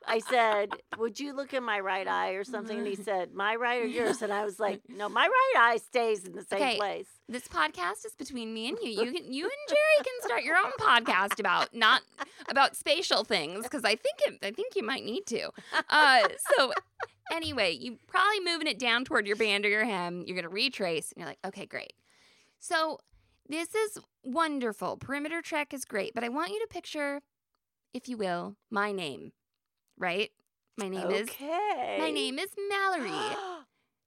[SPEAKER 4] I said, "Would you look in my right eye or something?"
[SPEAKER 3] Mm-hmm.
[SPEAKER 4] And he said, "My right or yours?" And
[SPEAKER 3] <laughs>
[SPEAKER 4] I was like, "No, my right eye stays in the same
[SPEAKER 3] Okay.
[SPEAKER 4] place."
[SPEAKER 3] This podcast is between me and you. You can, you and Jerry can start your own podcast about not about spatial things because I think it, I think you might need to. Uh, so anyway, you probably moving it down toward your band or your hem. You're gonna retrace, and you're like, okay, great. So this is wonderful. Perimeter check is great, but I want you to picture, if you will, my name, right? My name is
[SPEAKER 4] okay.
[SPEAKER 3] my name is Mallory,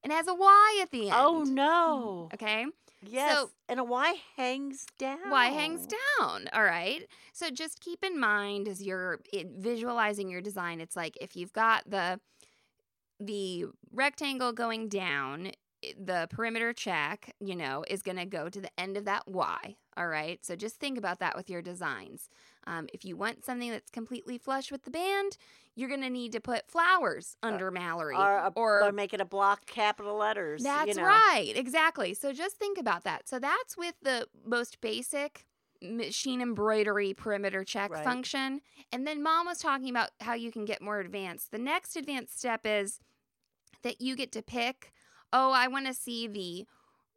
[SPEAKER 3] and it has a Y at the end.
[SPEAKER 4] <gasps> oh no!
[SPEAKER 3] Okay.
[SPEAKER 4] Yes,
[SPEAKER 3] So-
[SPEAKER 4] and a Y hangs down.
[SPEAKER 3] Y hangs down. All right. So just keep in mind as you're i- visualizing your design, it's like if you've got the the rectangle going down, i- the perimeter check, you know, is going to go to the end of that Y. All right. So just think about that with your designs. Um, if you want something that's completely flush with the band, you're going to need to put flowers under Mallory
[SPEAKER 4] Or, a, or, make it a block, capital letters.
[SPEAKER 3] that's
[SPEAKER 4] you know.
[SPEAKER 3] right. Exactly. So just think about that. So that's with the most basic machine embroidery perimeter check
[SPEAKER 4] Right.
[SPEAKER 3] function. And then mom was talking about how you can get more advanced. The next advanced step is that you get to pick, oh, I want to see the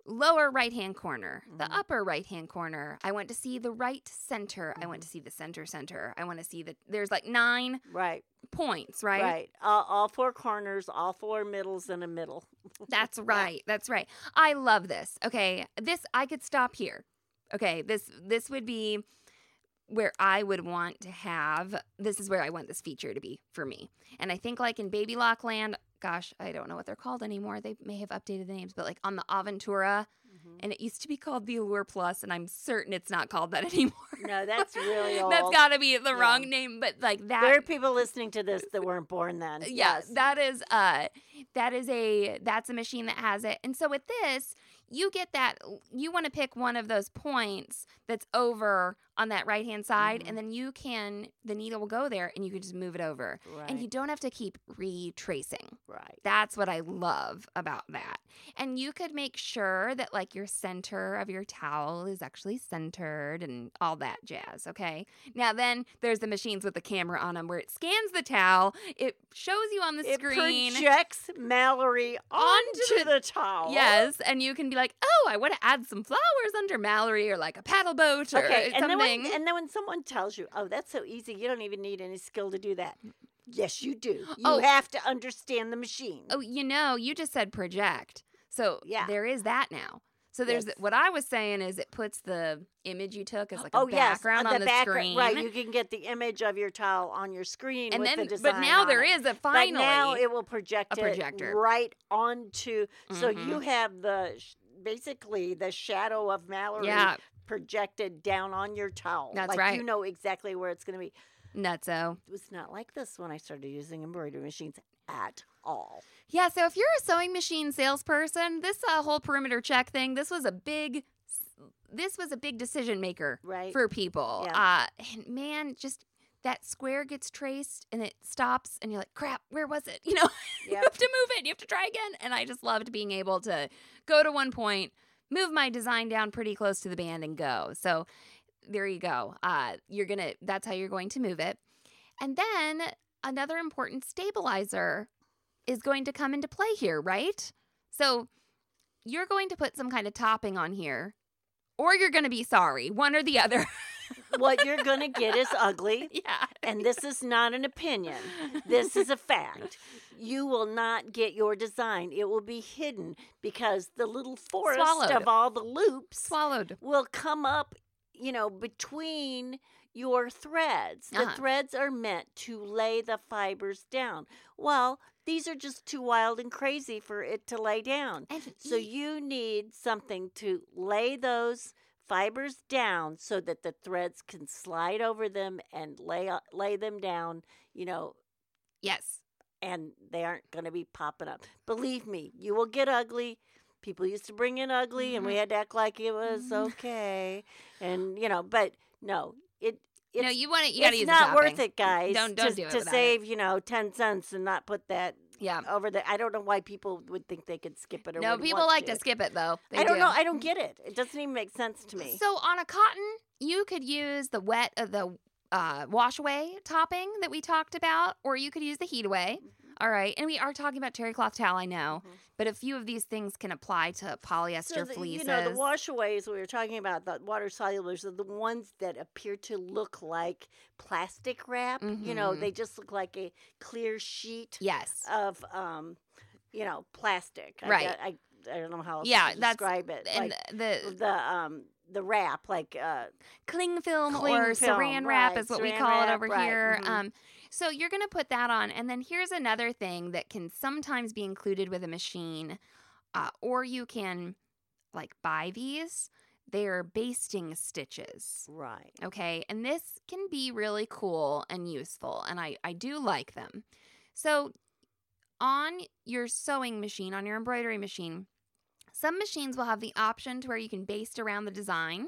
[SPEAKER 3] lower right hand corner, the
[SPEAKER 4] Mhm.
[SPEAKER 3] upper right hand corner. I want to see the right center. I want to
[SPEAKER 4] Mm-hmm.
[SPEAKER 3] see the center center. I want to see the there's like nine
[SPEAKER 4] Right.
[SPEAKER 3] points,
[SPEAKER 4] Right. All, all four corners, all four middles, and a middle.
[SPEAKER 3] That's right. That's right. I love this. Okay. This I could stop here. Okay. This this would be where I would want to have this is where I want this feature to be for me. And I think like in Baby Lock Land, gosh, I don't know what they're called anymore. They may have updated the names, but like on the Aventura and it used to be called the Allure Plus and I'm certain it's not called that <laughs> anymore.
[SPEAKER 4] No, that's really old.
[SPEAKER 3] <laughs> That's got to be the
[SPEAKER 4] Yeah.
[SPEAKER 3] wrong name, but like that
[SPEAKER 4] There are people listening to this that weren't born then.
[SPEAKER 3] Uh, yeah, that is uh that is a that's a machine that has it. And so with this, you get that you want to pick one of those points that's over on that right hand side, and then you can the needle will go there and you can just move it over.
[SPEAKER 4] right.
[SPEAKER 3] And you don't have to keep retracing.
[SPEAKER 4] right.
[SPEAKER 3] That's what I love about that. And you could make sure that like your center of your towel is actually centered and all that jazz, okay? Now then there's the machines with the camera on them where it scans the towel, it shows you on the
[SPEAKER 4] it
[SPEAKER 3] screen.
[SPEAKER 4] projects Mallory onto,
[SPEAKER 3] Onto-
[SPEAKER 4] the towel.
[SPEAKER 3] Yes, and you can be like, "Oh, I want to add some flowers under Mallory or like a paddle boat or
[SPEAKER 4] Okay. And then,
[SPEAKER 3] something."
[SPEAKER 4] when, and then when someone tells you, "Oh, that's so easy. You don't even need any skill to do that." Yes, you do.
[SPEAKER 3] Mm.
[SPEAKER 4] You
[SPEAKER 3] Oh.
[SPEAKER 4] have to understand the machine.
[SPEAKER 3] Oh, you know, you just said project. So
[SPEAKER 4] Yeah.
[SPEAKER 3] there is that now. So there's
[SPEAKER 4] Yes.
[SPEAKER 3] what I was saying is it puts the image you took as like a
[SPEAKER 4] oh yes,
[SPEAKER 3] background on the,
[SPEAKER 4] background-
[SPEAKER 3] screen.
[SPEAKER 4] Right, you can get the image of your towel on your screen.
[SPEAKER 3] and
[SPEAKER 4] with
[SPEAKER 3] then
[SPEAKER 4] the design
[SPEAKER 3] but now
[SPEAKER 4] on
[SPEAKER 3] there
[SPEAKER 4] it.
[SPEAKER 3] is a finally
[SPEAKER 4] but now it will project
[SPEAKER 3] a
[SPEAKER 4] it
[SPEAKER 3] projector.
[SPEAKER 4] right onto. So
[SPEAKER 3] Mhm.
[SPEAKER 4] you have the sh- basically the shadow of Mallory
[SPEAKER 3] Yeah.
[SPEAKER 4] projected down on your towel.
[SPEAKER 3] That's
[SPEAKER 4] like
[SPEAKER 3] right.
[SPEAKER 4] You know exactly where it's going to be.
[SPEAKER 3] nutso.
[SPEAKER 4] It was not like this when I started using embroidery machines at all.
[SPEAKER 3] Yeah, so if you're a sewing machine salesperson, this uh, whole perimeter check thing, this was a big this was a big decision maker
[SPEAKER 4] Right.
[SPEAKER 3] for people.
[SPEAKER 4] Yeah.
[SPEAKER 3] Uh and man, just that square gets traced and it stops and you're like, crap, where was it? <laughs> You know, you
[SPEAKER 4] Yep.
[SPEAKER 3] have to move it, you have to try again. And I just loved being able to go to one point, move my design down pretty close to the band and go. So there you go. Uh, you're going to, that's how you're going to move it. And then another important stabilizer is going to come into play here, right? So you're going to put some kind of topping on here or you're going to be sorry, one or the other. <laughs>
[SPEAKER 4] what you're going to get is ugly.
[SPEAKER 3] yeah.
[SPEAKER 4] And this is not an opinion. This is a fact. You will not get your design. It will be hidden because the little forest
[SPEAKER 3] Swallowed.
[SPEAKER 4] of all the loops
[SPEAKER 3] swallowed.
[SPEAKER 4] will come up, you know, between your threads. The
[SPEAKER 3] Uh-huh.
[SPEAKER 4] threads are meant to lay the fibers down. Well, these are just too wild and crazy for it to lay down.
[SPEAKER 3] And
[SPEAKER 4] So
[SPEAKER 3] e-
[SPEAKER 4] you need something to lay those fibers down so that the threads can slide over them and lay o- lay them down, you know,
[SPEAKER 3] yes.
[SPEAKER 4] and they aren't going to be popping up. Believe me, you will get ugly. People used to bring in ugly and
[SPEAKER 3] Mm-hmm.
[SPEAKER 4] we had to act like it was
[SPEAKER 3] Mhm.
[SPEAKER 4] okay. And you know, but no, it it's
[SPEAKER 3] no, you want to. You gotta
[SPEAKER 4] it's
[SPEAKER 3] use the
[SPEAKER 4] not worth
[SPEAKER 3] topping.
[SPEAKER 4] it, guys.
[SPEAKER 3] Don't don't
[SPEAKER 4] to,
[SPEAKER 3] do it
[SPEAKER 4] to
[SPEAKER 3] without it.
[SPEAKER 4] save, you know, 10 cents and not put that
[SPEAKER 3] Yeah.
[SPEAKER 4] over there. I don't know why people would think they could skip it or
[SPEAKER 3] No,
[SPEAKER 4] would
[SPEAKER 3] people
[SPEAKER 4] want
[SPEAKER 3] like
[SPEAKER 4] to.
[SPEAKER 3] to skip it though. They
[SPEAKER 4] I don't
[SPEAKER 3] do.
[SPEAKER 4] know. I don't get it. It doesn't even make sense to me.
[SPEAKER 3] So on a cotton, you could use the wet uh, the uh, wash away topping that we talked about, or you could use the heat away.
[SPEAKER 4] Mm-hmm.
[SPEAKER 3] All right, and we are talking about terry cloth towel, I know,
[SPEAKER 4] Mhm.
[SPEAKER 3] but a few of these things can apply to polyester
[SPEAKER 4] the,
[SPEAKER 3] fleeces.
[SPEAKER 4] you know, the washaways we were talking about, the water solubles, are the ones that appear to look like plastic wrap. You know,
[SPEAKER 3] Mhm.
[SPEAKER 4] they just look like a clear sheet
[SPEAKER 3] yes,
[SPEAKER 4] of, um, you know, plastic. I
[SPEAKER 3] Right.
[SPEAKER 4] gue- I, I, don't know how else
[SPEAKER 3] Yeah,
[SPEAKER 4] to
[SPEAKER 3] that's-
[SPEAKER 4] describe it.
[SPEAKER 3] and
[SPEAKER 4] like
[SPEAKER 3] the
[SPEAKER 4] the um the wrap, like uh,
[SPEAKER 3] cling film
[SPEAKER 4] Cling
[SPEAKER 3] or
[SPEAKER 4] film,
[SPEAKER 3] saran wrap
[SPEAKER 4] right,
[SPEAKER 3] is what we
[SPEAKER 4] saran
[SPEAKER 3] call it
[SPEAKER 4] wrap,
[SPEAKER 3] over
[SPEAKER 4] right,
[SPEAKER 3] here.
[SPEAKER 4] mhm.
[SPEAKER 3] Um, so you're going to put that on. And then here's another thing that can sometimes be included with a machine, uh, or you can like buy these. They're basting stitches.
[SPEAKER 4] right.
[SPEAKER 3] Okay. And this can be really cool and useful. And I, I do like them. So, on your sewing machine, on your embroidery machine, some machines will have the option to where you can baste around the design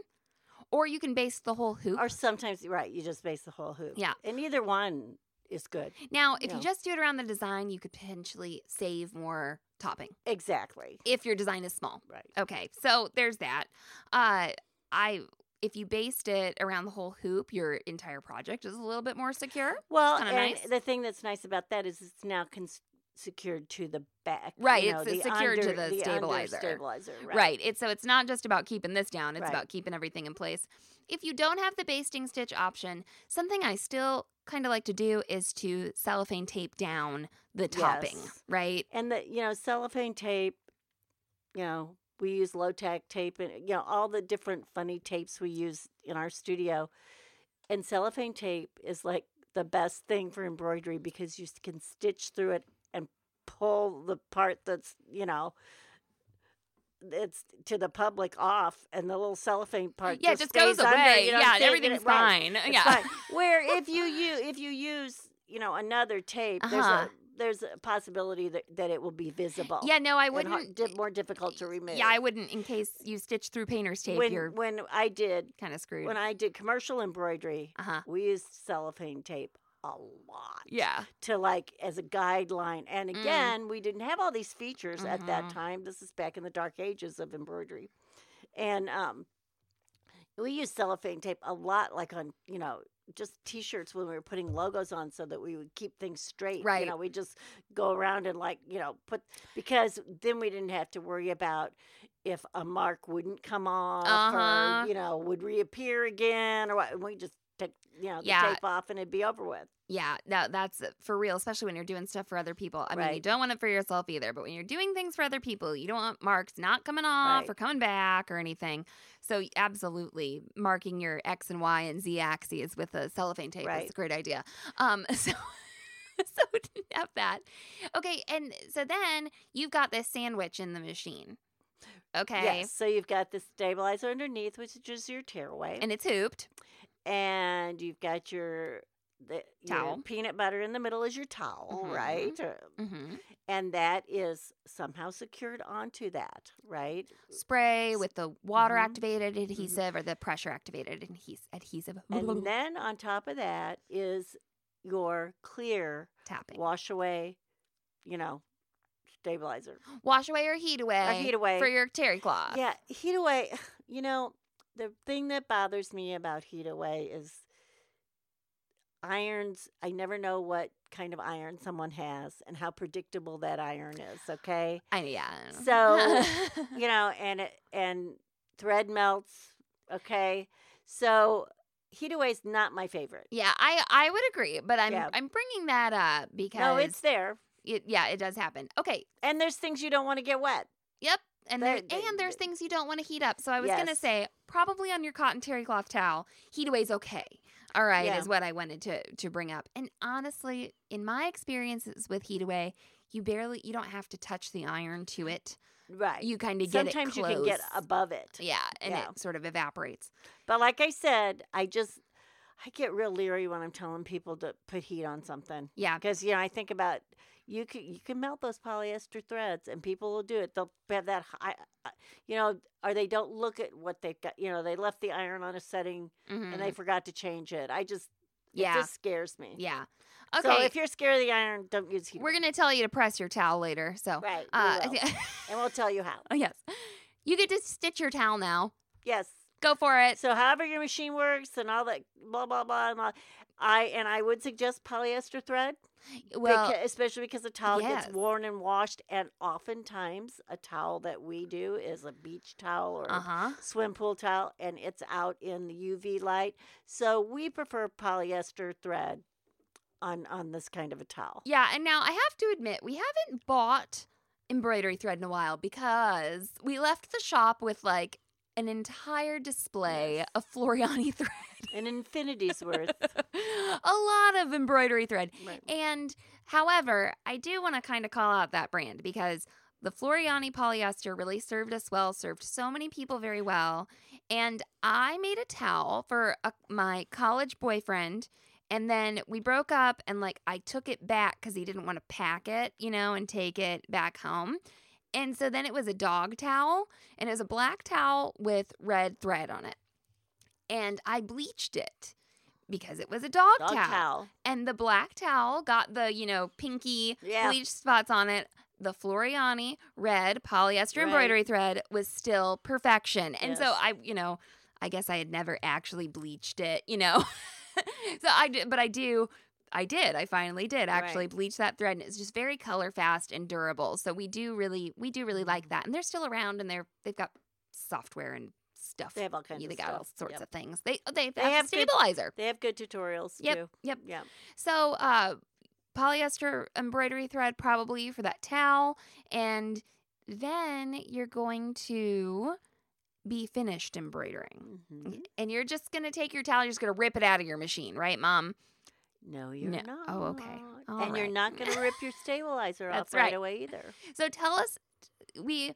[SPEAKER 3] or you can baste the whole hoop.
[SPEAKER 4] Or sometimes, right, you just base the whole hoop.
[SPEAKER 3] Yeah.
[SPEAKER 4] And either one is good.
[SPEAKER 3] now, if
[SPEAKER 4] yeah.
[SPEAKER 3] you just do it around the design, you could potentially save more topping
[SPEAKER 4] Exactly.
[SPEAKER 3] if your design is small.
[SPEAKER 4] Right.
[SPEAKER 3] Okay, so there's that. Uh, I if you based it around the whole hoop, your entire project is a little bit more secure.
[SPEAKER 4] Well,
[SPEAKER 3] kinda
[SPEAKER 4] and
[SPEAKER 3] nice.
[SPEAKER 4] the thing that's nice about that is it's now cons- secured to the back. you
[SPEAKER 3] Right,
[SPEAKER 4] know,
[SPEAKER 3] it's- it's
[SPEAKER 4] the
[SPEAKER 3] secured to
[SPEAKER 4] under-
[SPEAKER 3] the stabilizer.
[SPEAKER 4] stabilizer, right?
[SPEAKER 3] Right. It's so it's not just about keeping this down, it's
[SPEAKER 4] Right.
[SPEAKER 3] about keeping everything in place. If you don't have the basting stitch option, something I still kind of like to do is to cellophane tape down the topping,
[SPEAKER 4] Yes.
[SPEAKER 3] right?
[SPEAKER 4] And the you know cellophane tape, you know we use low tack tape and you know all the different funny tapes we use in our studio, and cellophane tape is like the best thing for embroidery because you can stitch through it and pull the part that's you know. It's to the public off, and the little cellophane part.
[SPEAKER 3] Uh, yeah, it just
[SPEAKER 4] just,
[SPEAKER 3] goes
[SPEAKER 4] stays under,
[SPEAKER 3] away.
[SPEAKER 4] you know what I'm
[SPEAKER 3] yeah,
[SPEAKER 4] saying? And
[SPEAKER 3] everything's
[SPEAKER 4] it- right.
[SPEAKER 3] fine. <laughs>
[SPEAKER 4] It's
[SPEAKER 3] yeah.
[SPEAKER 4] fine. Where if you use if you use you know another tape,
[SPEAKER 3] Uh-huh.
[SPEAKER 4] there's a there's a possibility that, that it will be visible.
[SPEAKER 3] Yeah, no, I
[SPEAKER 4] and har-
[SPEAKER 3] wouldn't.
[SPEAKER 4] di- more difficult to remove.
[SPEAKER 3] Yeah, I wouldn't in case you stitch through painter's tape,
[SPEAKER 4] when
[SPEAKER 3] you're
[SPEAKER 4] when I did
[SPEAKER 3] kind of screwed.
[SPEAKER 4] when I did commercial embroidery,
[SPEAKER 3] uh-huh.
[SPEAKER 4] we used cellophane tape a lot
[SPEAKER 3] Yeah.
[SPEAKER 4] to like as a guideline. And
[SPEAKER 3] Mm.
[SPEAKER 4] again, we didn't have all these features at that
[SPEAKER 3] Mhm.
[SPEAKER 4] time. This is back in the dark ages of embroidery. And um we used cellophane tape a lot like on, you know, just t-shirts when we were putting logos on so that we would keep things straight.
[SPEAKER 3] Right.
[SPEAKER 4] You know, we just go around and like, you know, put because then we didn't have to worry about if a mark wouldn't come off
[SPEAKER 3] Uh-huh.
[SPEAKER 4] or, you know, would reappear again or what. And we just take, you know, the
[SPEAKER 3] Yeah.
[SPEAKER 4] tape off and it'd be over with.
[SPEAKER 3] Yeah, no, that's for real, especially when you're doing stuff for other people. I mean, you
[SPEAKER 4] Right.
[SPEAKER 3] don't want it for yourself either, but when you're doing things for other people, you don't want marks not coming off
[SPEAKER 4] Right.
[SPEAKER 3] or coming back or anything. So, absolutely, marking your X and Y and Z axes with a cellophane tape is
[SPEAKER 4] Right.
[SPEAKER 3] a great idea. Um, <laughs> so, so <laughs> have that. Okay, and so then you've got this sandwich in the machine. Okay,
[SPEAKER 4] Yes. So you've got the stabilizer underneath, which is your tearaway, and,
[SPEAKER 3] and it's hooped.
[SPEAKER 4] and you've got your the your
[SPEAKER 3] Towel.
[SPEAKER 4] peanut butter in the middle is your towel,
[SPEAKER 3] Mhm.
[SPEAKER 4] right? Or-
[SPEAKER 3] hmm
[SPEAKER 4] And that is somehow secured onto that, right?
[SPEAKER 3] Spray with the water
[SPEAKER 4] Mhm.
[SPEAKER 3] activated adhesive or the pressure activated adhes- adhesive. <laughs>
[SPEAKER 4] Mm-hmm. And then on top of that is your clear
[SPEAKER 3] tapping.
[SPEAKER 4] wash away, you know, stabilizer.
[SPEAKER 3] Wash away or heat away.
[SPEAKER 4] heat away.
[SPEAKER 3] for your terry cloth.
[SPEAKER 4] Yeah, heat away. <sighs> You know, the thing that bothers me about heat away is irons. I never know what kind of iron someone has and how predictable that iron is.
[SPEAKER 3] <laughs>
[SPEAKER 4] Okay,
[SPEAKER 3] I, yeah.
[SPEAKER 4] So- <laughs> you know, and it, and thread melts. Okay, so heat away is not my favorite.
[SPEAKER 3] <laughs> yeah, I I would agree, but I'm
[SPEAKER 4] Yeah.
[SPEAKER 3] I'm bringing that up because
[SPEAKER 4] No, it's there,
[SPEAKER 3] it, yeah, it does happen. Okay.
[SPEAKER 4] and there's things you don't want to get wet.
[SPEAKER 3] Yep. And there,
[SPEAKER 4] They- they-
[SPEAKER 3] and there's
[SPEAKER 4] they-
[SPEAKER 3] things you don't want to heat up. So I was gonna
[SPEAKER 4] Yes.
[SPEAKER 3] say probably on your cotton terry cloth towel, heat away's okay. All right,
[SPEAKER 4] Yeah.
[SPEAKER 3] is what I wanted to to bring up. And honestly, in my experiences with heat away, you barely you don't have to touch the iron to it.
[SPEAKER 4] Right.
[SPEAKER 3] You kind of get
[SPEAKER 4] Sometimes
[SPEAKER 3] it
[SPEAKER 4] you
[SPEAKER 3] close.
[SPEAKER 4] can get above it.
[SPEAKER 3] yeah, and
[SPEAKER 4] yeah.
[SPEAKER 3] it sort of evaporates.
[SPEAKER 4] But like I said, I just I get real leery when I'm telling people to put heat on something
[SPEAKER 3] Yeah.
[SPEAKER 4] because you know I think about you can you can melt those polyester threads and people will do it. They'll have that high, you know, or they don't look at what they've got. You know, they left the iron on a setting
[SPEAKER 3] mhm.
[SPEAKER 4] and they forgot to change it. I just
[SPEAKER 3] Yeah.
[SPEAKER 4] it just scares me.
[SPEAKER 3] yeah. Okay.
[SPEAKER 4] So if you're scared of the iron, don't use heat.
[SPEAKER 3] we're gonna tell you to press your towel later. So
[SPEAKER 4] right. we
[SPEAKER 3] uh,
[SPEAKER 4] will. and we'll tell you how.
[SPEAKER 3] <laughs> oh yes. You get to stitch your towel now.
[SPEAKER 4] Yes.
[SPEAKER 3] Go for <laughs> it.
[SPEAKER 4] So however your machine works and all that blah blah blah and all, I and I would suggest polyester thread.
[SPEAKER 3] Well,
[SPEAKER 4] Becau- especially because the towel
[SPEAKER 3] yes.
[SPEAKER 4] gets worn and washed, and oftentimes a towel that we do is a beach towel or
[SPEAKER 3] uh huh.
[SPEAKER 4] swim pool towel, and it's out in the UV light. So we prefer polyester thread on on this kind of a towel.
[SPEAKER 3] Yeah, and now I have to admit, we haven't bought embroidery thread in a while because we left the shop with like an entire display
[SPEAKER 4] Yes.
[SPEAKER 3] of Floriani <laughs> thread,
[SPEAKER 4] An infinity's worth.
[SPEAKER 3] a lot of embroidery thread.
[SPEAKER 4] Right.
[SPEAKER 3] And however, I do want to kind of call out that brand because the Floriani polyester really served us well, served so many people very well. And I made a towel for a, my college boyfriend. And then we broke up, and like I took it back because he didn't want to pack it, you know, and take it back home. And so then it was a dog towel, and it was a black towel with red thread on it. And I bleached it because it was a dog,
[SPEAKER 4] Dog
[SPEAKER 3] towel.
[SPEAKER 4] towel.
[SPEAKER 3] And the black towel got the, you know, pinky
[SPEAKER 4] Yeah.
[SPEAKER 3] bleach spots on it. The Floriani red polyester
[SPEAKER 4] Right.
[SPEAKER 3] embroidery thread was still perfection. And so
[SPEAKER 4] Yes.
[SPEAKER 3] I, you know, I guess I had never actually bleached it, you know. <laughs> so I did, but I do. I did. I finally did actually
[SPEAKER 4] Right.
[SPEAKER 3] bleach that thread, and it's just very color fast and durable. So we do really, we do really
[SPEAKER 4] Mm.
[SPEAKER 3] like that, and they're still around, and they're they've got software and stuff.
[SPEAKER 4] They have all kinds
[SPEAKER 3] You-
[SPEAKER 4] of
[SPEAKER 3] they got all
[SPEAKER 4] stuff.
[SPEAKER 3] sorts
[SPEAKER 4] Yep.
[SPEAKER 3] of things. They they,
[SPEAKER 4] They
[SPEAKER 3] have,
[SPEAKER 4] have
[SPEAKER 3] a
[SPEAKER 4] good-
[SPEAKER 3] stabilizer.
[SPEAKER 4] They have good tutorials too.
[SPEAKER 3] yep.
[SPEAKER 4] Yeah.
[SPEAKER 3] So, uh, polyester embroidery thread probably for that towel, and then you're going to be finished embroidering.
[SPEAKER 4] Mhm.
[SPEAKER 3] And you're just gonna take your towel, you're just gonna rip it out of your machine, right, Mom?
[SPEAKER 4] No, you're
[SPEAKER 3] No.
[SPEAKER 4] not.
[SPEAKER 3] Oh, okay. All
[SPEAKER 4] and you're
[SPEAKER 3] right.
[SPEAKER 4] not going to rip your stabilizer off
[SPEAKER 3] That's
[SPEAKER 4] right.
[SPEAKER 3] right.
[SPEAKER 4] away either.
[SPEAKER 3] So tell us, we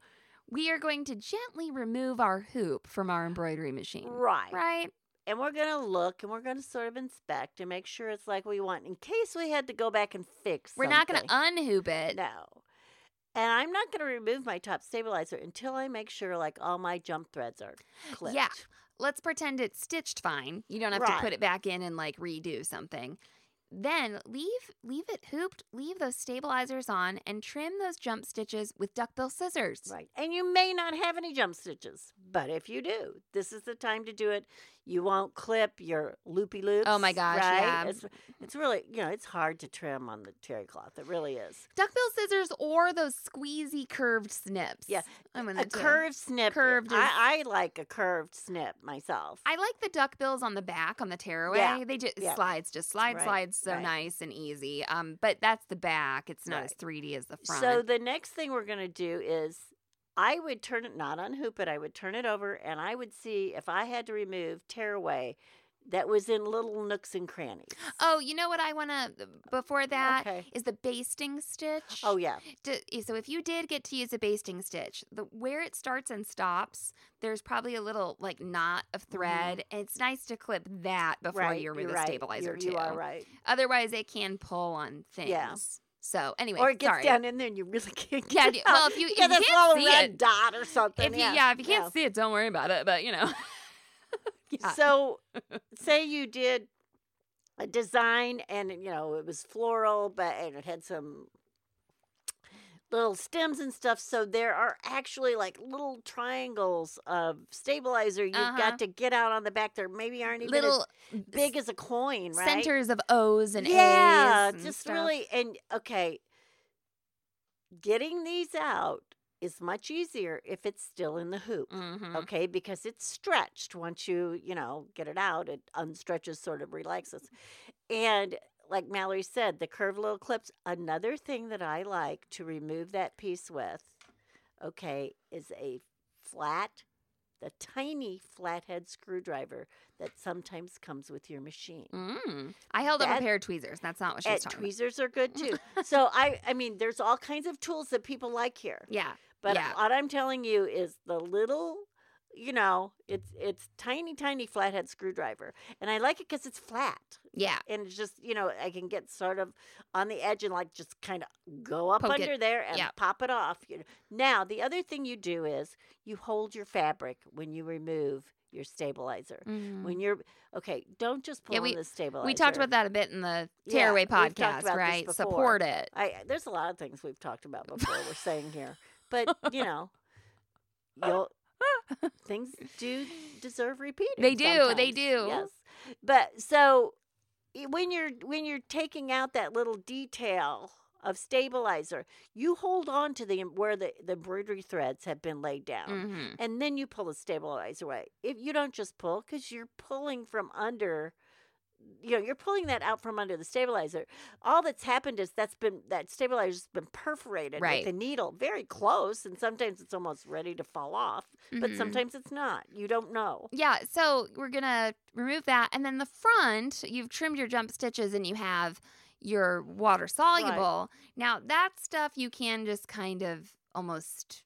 [SPEAKER 3] we are going to gently remove our hoop from our embroidery machine,
[SPEAKER 4] Right.
[SPEAKER 3] right?
[SPEAKER 4] and we're going to look and we're going to sort of inspect and make sure it's like we want in case we had to go back and fix
[SPEAKER 3] We're not gonna
[SPEAKER 4] something.
[SPEAKER 3] unhoop it.
[SPEAKER 4] no and i'm not going to remove my top stabilizer until i make sure like all my jump threads are clipped
[SPEAKER 3] Yeah. let's pretend it's stitched fine. You don't have to put
[SPEAKER 4] Right.
[SPEAKER 3] it back in and like redo something. Then leave leave it hooped, leave those stabilizers on and trim those jump stitches with duckbill scissors.
[SPEAKER 4] right and you may not have any jump stitches but if you do this is the time to do it you won't clip your loopy loops
[SPEAKER 3] Oh my gosh,
[SPEAKER 4] right?
[SPEAKER 3] yeah.
[SPEAKER 4] it's, it's really you know it's hard to trim on the terry cloth it really is
[SPEAKER 3] Duckbill scissors or those squeezy curved snips.
[SPEAKER 4] Yeah,
[SPEAKER 3] I'm gonna
[SPEAKER 4] a
[SPEAKER 3] do-
[SPEAKER 4] curved snip
[SPEAKER 3] Curved is-
[SPEAKER 4] I, I like a curved snip myself
[SPEAKER 3] I like the duckbills on the back on the tearaway.
[SPEAKER 4] Yeah,
[SPEAKER 3] They just
[SPEAKER 4] yeah.
[SPEAKER 3] slides, just slide,
[SPEAKER 4] Right,
[SPEAKER 3] slides, so
[SPEAKER 4] right.
[SPEAKER 3] nice and easy. Um, but that's the back. It's not
[SPEAKER 4] Right.
[SPEAKER 3] as 3D as the front.
[SPEAKER 4] So the next thing we're going to do is I would turn it not unhoop it. I would turn it over and I would see if I had to remove tearaway that was in little nooks and crannies.
[SPEAKER 3] Oh, you know what I want to before that is
[SPEAKER 4] Okay.
[SPEAKER 3] the basting stitch.
[SPEAKER 4] Oh yeah.
[SPEAKER 3] D- so if you did get to use a basting stitch, the where it starts and stops, there's probably a little like knot of thread, and it's nice to clip that before
[SPEAKER 4] Mm-hmm. right.
[SPEAKER 3] you're with
[SPEAKER 4] you're
[SPEAKER 3] a
[SPEAKER 4] right.
[SPEAKER 3] stabilizer
[SPEAKER 4] You're-
[SPEAKER 3] too.
[SPEAKER 4] You are right.
[SPEAKER 3] Otherwise, it can pull on things.
[SPEAKER 4] Yeah.
[SPEAKER 3] So anyway,
[SPEAKER 4] or it gets
[SPEAKER 3] sorry.
[SPEAKER 4] down in there and you really <laughs> can't
[SPEAKER 3] Yeah,
[SPEAKER 4] get
[SPEAKER 3] d-
[SPEAKER 4] it out.
[SPEAKER 3] well, if you, if
[SPEAKER 4] yeah,
[SPEAKER 3] you
[SPEAKER 4] that's
[SPEAKER 3] can't
[SPEAKER 4] little
[SPEAKER 3] see
[SPEAKER 4] red
[SPEAKER 3] it,
[SPEAKER 4] dot or
[SPEAKER 3] if
[SPEAKER 4] something.
[SPEAKER 3] you, yeah. if you can't see it, don't worry about it. But you know, <laughs> yeah, <laughs>
[SPEAKER 4] So, say you did a design and you know it was floral, but and it had some little stems and stuff. So there are actually like little triangles of stabilizer you've
[SPEAKER 3] Uh-huh.
[SPEAKER 4] got to get out on the back. There maybe aren't even
[SPEAKER 3] little
[SPEAKER 4] as big as a coin, right?
[SPEAKER 3] centers of O's and
[SPEAKER 4] yeah,
[SPEAKER 3] A's. and
[SPEAKER 4] just
[SPEAKER 3] stuff.
[SPEAKER 4] really and okay. Getting these out is much easier if it's still in the hoop
[SPEAKER 3] Mhm.
[SPEAKER 4] okay because it's stretched once you you know get it out it unstretches sort of relaxes and like mallory said the curved little clips another thing that i like to remove that piece with okay is a flat the tiny flathead screwdriver that sometimes comes with your machine
[SPEAKER 3] Mm. I held up a
[SPEAKER 4] That-
[SPEAKER 3] pair of tweezers. That's not what she
[SPEAKER 4] and
[SPEAKER 3] was talking
[SPEAKER 4] tweezers are good too so i i mean there's all kinds of tools that people like here
[SPEAKER 3] about. Yeah.
[SPEAKER 4] but
[SPEAKER 3] Yeah.
[SPEAKER 4] what I'm telling you is the little, you know, it's it's tiny, tiny flathead screwdriver, and I like it because it's flat
[SPEAKER 3] Yeah.
[SPEAKER 4] and it's just you know I can get sort of on the edge and like just kind of go up
[SPEAKER 3] Poke it.
[SPEAKER 4] under there and
[SPEAKER 3] Yeah.
[SPEAKER 4] pop it off. You know. Now the other thing you do is you hold your fabric when you remove your stabilizer.
[SPEAKER 3] Mm.
[SPEAKER 4] When you're okay, don't just pull
[SPEAKER 3] Yeah,
[SPEAKER 4] on
[SPEAKER 3] we-
[SPEAKER 4] the stabilizer.
[SPEAKER 3] We talked about that a bit in the
[SPEAKER 4] Yeah,
[SPEAKER 3] Tearaway
[SPEAKER 4] we've talked
[SPEAKER 3] podcast,
[SPEAKER 4] about this
[SPEAKER 3] right?
[SPEAKER 4] before.
[SPEAKER 3] Support it.
[SPEAKER 4] I there's a lot of things we've talked about before we're saying here, but
[SPEAKER 3] <laughs>
[SPEAKER 4] you know, you'll things do deserve repeating.
[SPEAKER 3] They do, they
[SPEAKER 4] sometimes.
[SPEAKER 3] do.
[SPEAKER 4] Yes, but so i- when you're when you're taking out that little detail of stabilizer, you hold on to the em- where the the embroidery threads have been laid down.
[SPEAKER 3] Mhm.
[SPEAKER 4] And then you pull the stabilizer away. If you don't just pull, because you're pulling from under, you know, you're pulling that out from under the stabilizer. All that's happened is that's been that stabilizer's been perforated
[SPEAKER 3] Right.
[SPEAKER 4] with the needle, very close, and sometimes it's almost ready to fall off, but
[SPEAKER 3] Mhm.
[SPEAKER 4] sometimes it's not. You don't know.
[SPEAKER 3] Yeah, so we're gonna remove that, and then the front, you've trimmed your jump stitches, and you have your water soluble. Now that stuff you can just kind of almost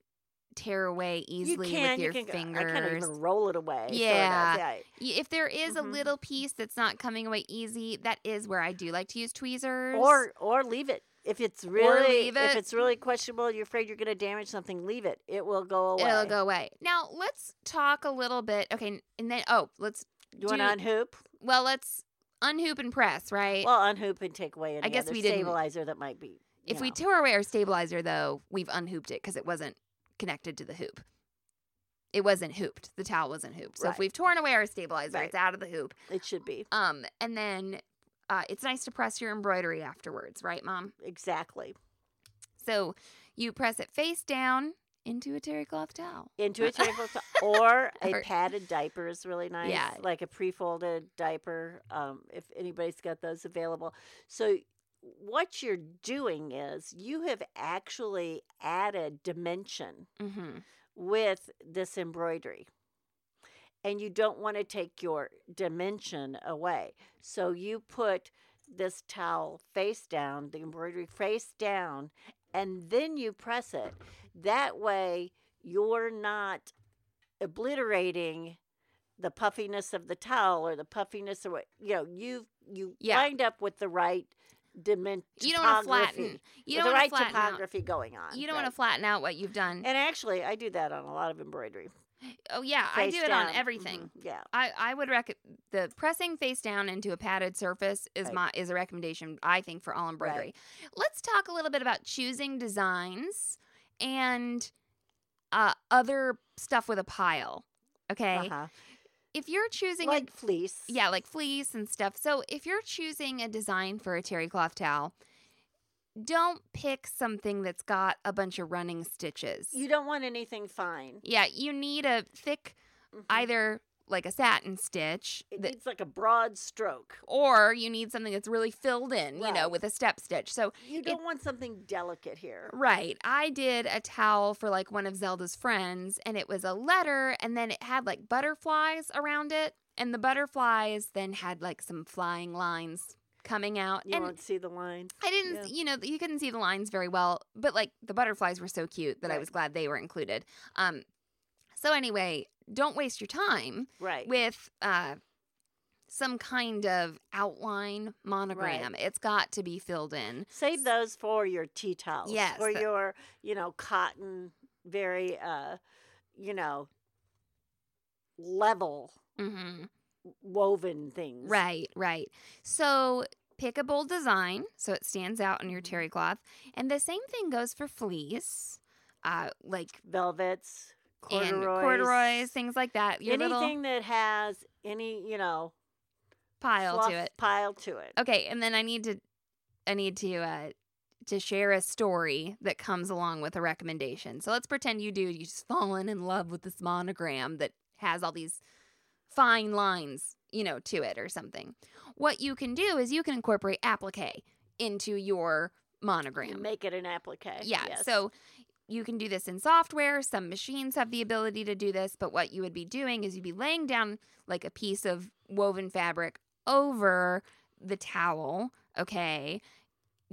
[SPEAKER 3] tear away easily
[SPEAKER 4] you can,
[SPEAKER 3] with your
[SPEAKER 4] you can, go-
[SPEAKER 3] fingers.
[SPEAKER 4] I kind of even roll it away. sort of,
[SPEAKER 3] Yeah.
[SPEAKER 4] yeah.
[SPEAKER 3] Y- If there is a
[SPEAKER 4] Mhm.
[SPEAKER 3] little piece that's not coming away easy, that is where I do like to use tweezers.
[SPEAKER 4] Or or leave it. If it's really
[SPEAKER 3] leave
[SPEAKER 4] if
[SPEAKER 3] it.
[SPEAKER 4] it's really questionable, you're afraid you're going to damage something. Leave it. It will go away.
[SPEAKER 3] it'll go away. Now let's talk a little bit. Okay, and then oh, let's
[SPEAKER 4] You want
[SPEAKER 3] do-
[SPEAKER 4] to unhoop?
[SPEAKER 3] well, let's unhoop and press, right?
[SPEAKER 4] Well, unhoop and take away any
[SPEAKER 3] guess
[SPEAKER 4] other
[SPEAKER 3] we didn't-
[SPEAKER 4] stabilizer that might be.
[SPEAKER 3] if
[SPEAKER 4] you
[SPEAKER 3] we
[SPEAKER 4] know.
[SPEAKER 3] tore away our stabilizer, though, we've unhooped it because it wasn't connected to the hoop. It wasn't hooped. The towel wasn't hooped. So if
[SPEAKER 4] Right.
[SPEAKER 3] we've torn away our stabilizer,
[SPEAKER 4] Right.
[SPEAKER 3] it's out of the hoop.
[SPEAKER 4] it should be
[SPEAKER 3] Um, and then uh, it's nice to press your embroidery afterwards, right, mom?
[SPEAKER 4] exactly
[SPEAKER 3] So you press it face down into a terry cloth towel. <laughs>
[SPEAKER 4] into a table to- or a
[SPEAKER 3] Or-
[SPEAKER 4] padded diaper is really nice.
[SPEAKER 3] Yeah.
[SPEAKER 4] like a pre-folded diaper. Um, if anybody's got those available, so. What you're doing is you have actually added dimension
[SPEAKER 3] Mm-hmm.
[SPEAKER 4] with this embroidery. And you don't want to take your dimension away. So you put this towel face down, the embroidery face down, and then you press it. That way, you're not obliterating the puffiness of the towel or the puffiness or what you know you you
[SPEAKER 3] Yeah.
[SPEAKER 4] lined up with the right dimension
[SPEAKER 3] You don't want to flatten. You don't want
[SPEAKER 4] the right
[SPEAKER 3] to flatten out.
[SPEAKER 4] topography going on
[SPEAKER 3] You don't
[SPEAKER 4] right.
[SPEAKER 3] want to flatten out what you've done.
[SPEAKER 4] And actually, I do that on a lot of embroidery.
[SPEAKER 3] oh yeah, I
[SPEAKER 4] Face
[SPEAKER 3] do it on
[SPEAKER 4] down.
[SPEAKER 3] everything.
[SPEAKER 4] Mhm. Yeah.
[SPEAKER 3] I, I would rec the pressing face down into a padded surface is
[SPEAKER 4] Right.
[SPEAKER 3] my is a recommendation I think for all embroidery. Let's talk a little bit about choosing designs and uh, other stuff with a pile. Okay,
[SPEAKER 4] Uh-huh.
[SPEAKER 3] if you're choosing a-
[SPEAKER 4] Like fleece.
[SPEAKER 3] yeah, like fleece and stuff. So if you're choosing a design for a terry cloth towel, don't pick something that's got a bunch of running stitches.
[SPEAKER 4] You don't want anything fine.
[SPEAKER 3] yeah, you need a thick,
[SPEAKER 4] Mhm.
[SPEAKER 3] either like a satin stitch
[SPEAKER 4] It
[SPEAKER 3] that
[SPEAKER 4] needs like a broad stroke.
[SPEAKER 3] or you need something that's really filled in, you know,
[SPEAKER 4] Right.
[SPEAKER 3] with a step stitch. So,
[SPEAKER 4] You don't want something delicate here.
[SPEAKER 3] right, I did a towel for like one of Zelda's friends, and it was a letter, and then it had like butterflies around it. And the butterflies then had like some flying lines coming out.
[SPEAKER 4] You
[SPEAKER 3] and
[SPEAKER 4] won't see the line.
[SPEAKER 3] I didn't,
[SPEAKER 4] Yeah.
[SPEAKER 3] you know, you couldn't see the lines very well, but like the butterflies were so cute that I
[SPEAKER 4] Right.
[SPEAKER 3] was glad they were included. Um, so anyway, don't waste your time
[SPEAKER 4] Right.
[SPEAKER 3] with uh, some kind of outline monogram. It's got to be filled in.
[SPEAKER 4] Save those for your tea towels.
[SPEAKER 3] Yes,
[SPEAKER 4] Or
[SPEAKER 3] the-
[SPEAKER 4] your, you know, cotton, very, uh, you know, level
[SPEAKER 3] hmm
[SPEAKER 4] Mm-hmm. woven things.
[SPEAKER 3] Right, right. So pick a bold design so it stands out on your
[SPEAKER 4] Mm-hmm.
[SPEAKER 3] terry cloth. And the same thing goes for fleece, uh, like
[SPEAKER 4] Velvets, corduroys.
[SPEAKER 3] and corduroys, things like that. Your little
[SPEAKER 4] anything that has any, you know,
[SPEAKER 3] pile
[SPEAKER 4] fluff
[SPEAKER 3] to it.
[SPEAKER 4] Pile to it.
[SPEAKER 3] Okay, and then I need to, I need to, uh, to share a story that comes along with a recommendation. So let's pretend you do. You just fallen in love with this monogram that has all these fine lines, you know, to it or something. What you can do is you can incorporate applique into your
[SPEAKER 4] You
[SPEAKER 3] monogram.
[SPEAKER 4] Make it an applique.
[SPEAKER 3] Yeah.
[SPEAKER 4] yes.
[SPEAKER 3] So you can do this in software. Some machines have the ability to do this, but what you would be doing is you'd be laying down like a piece of woven fabric over the towel, okay?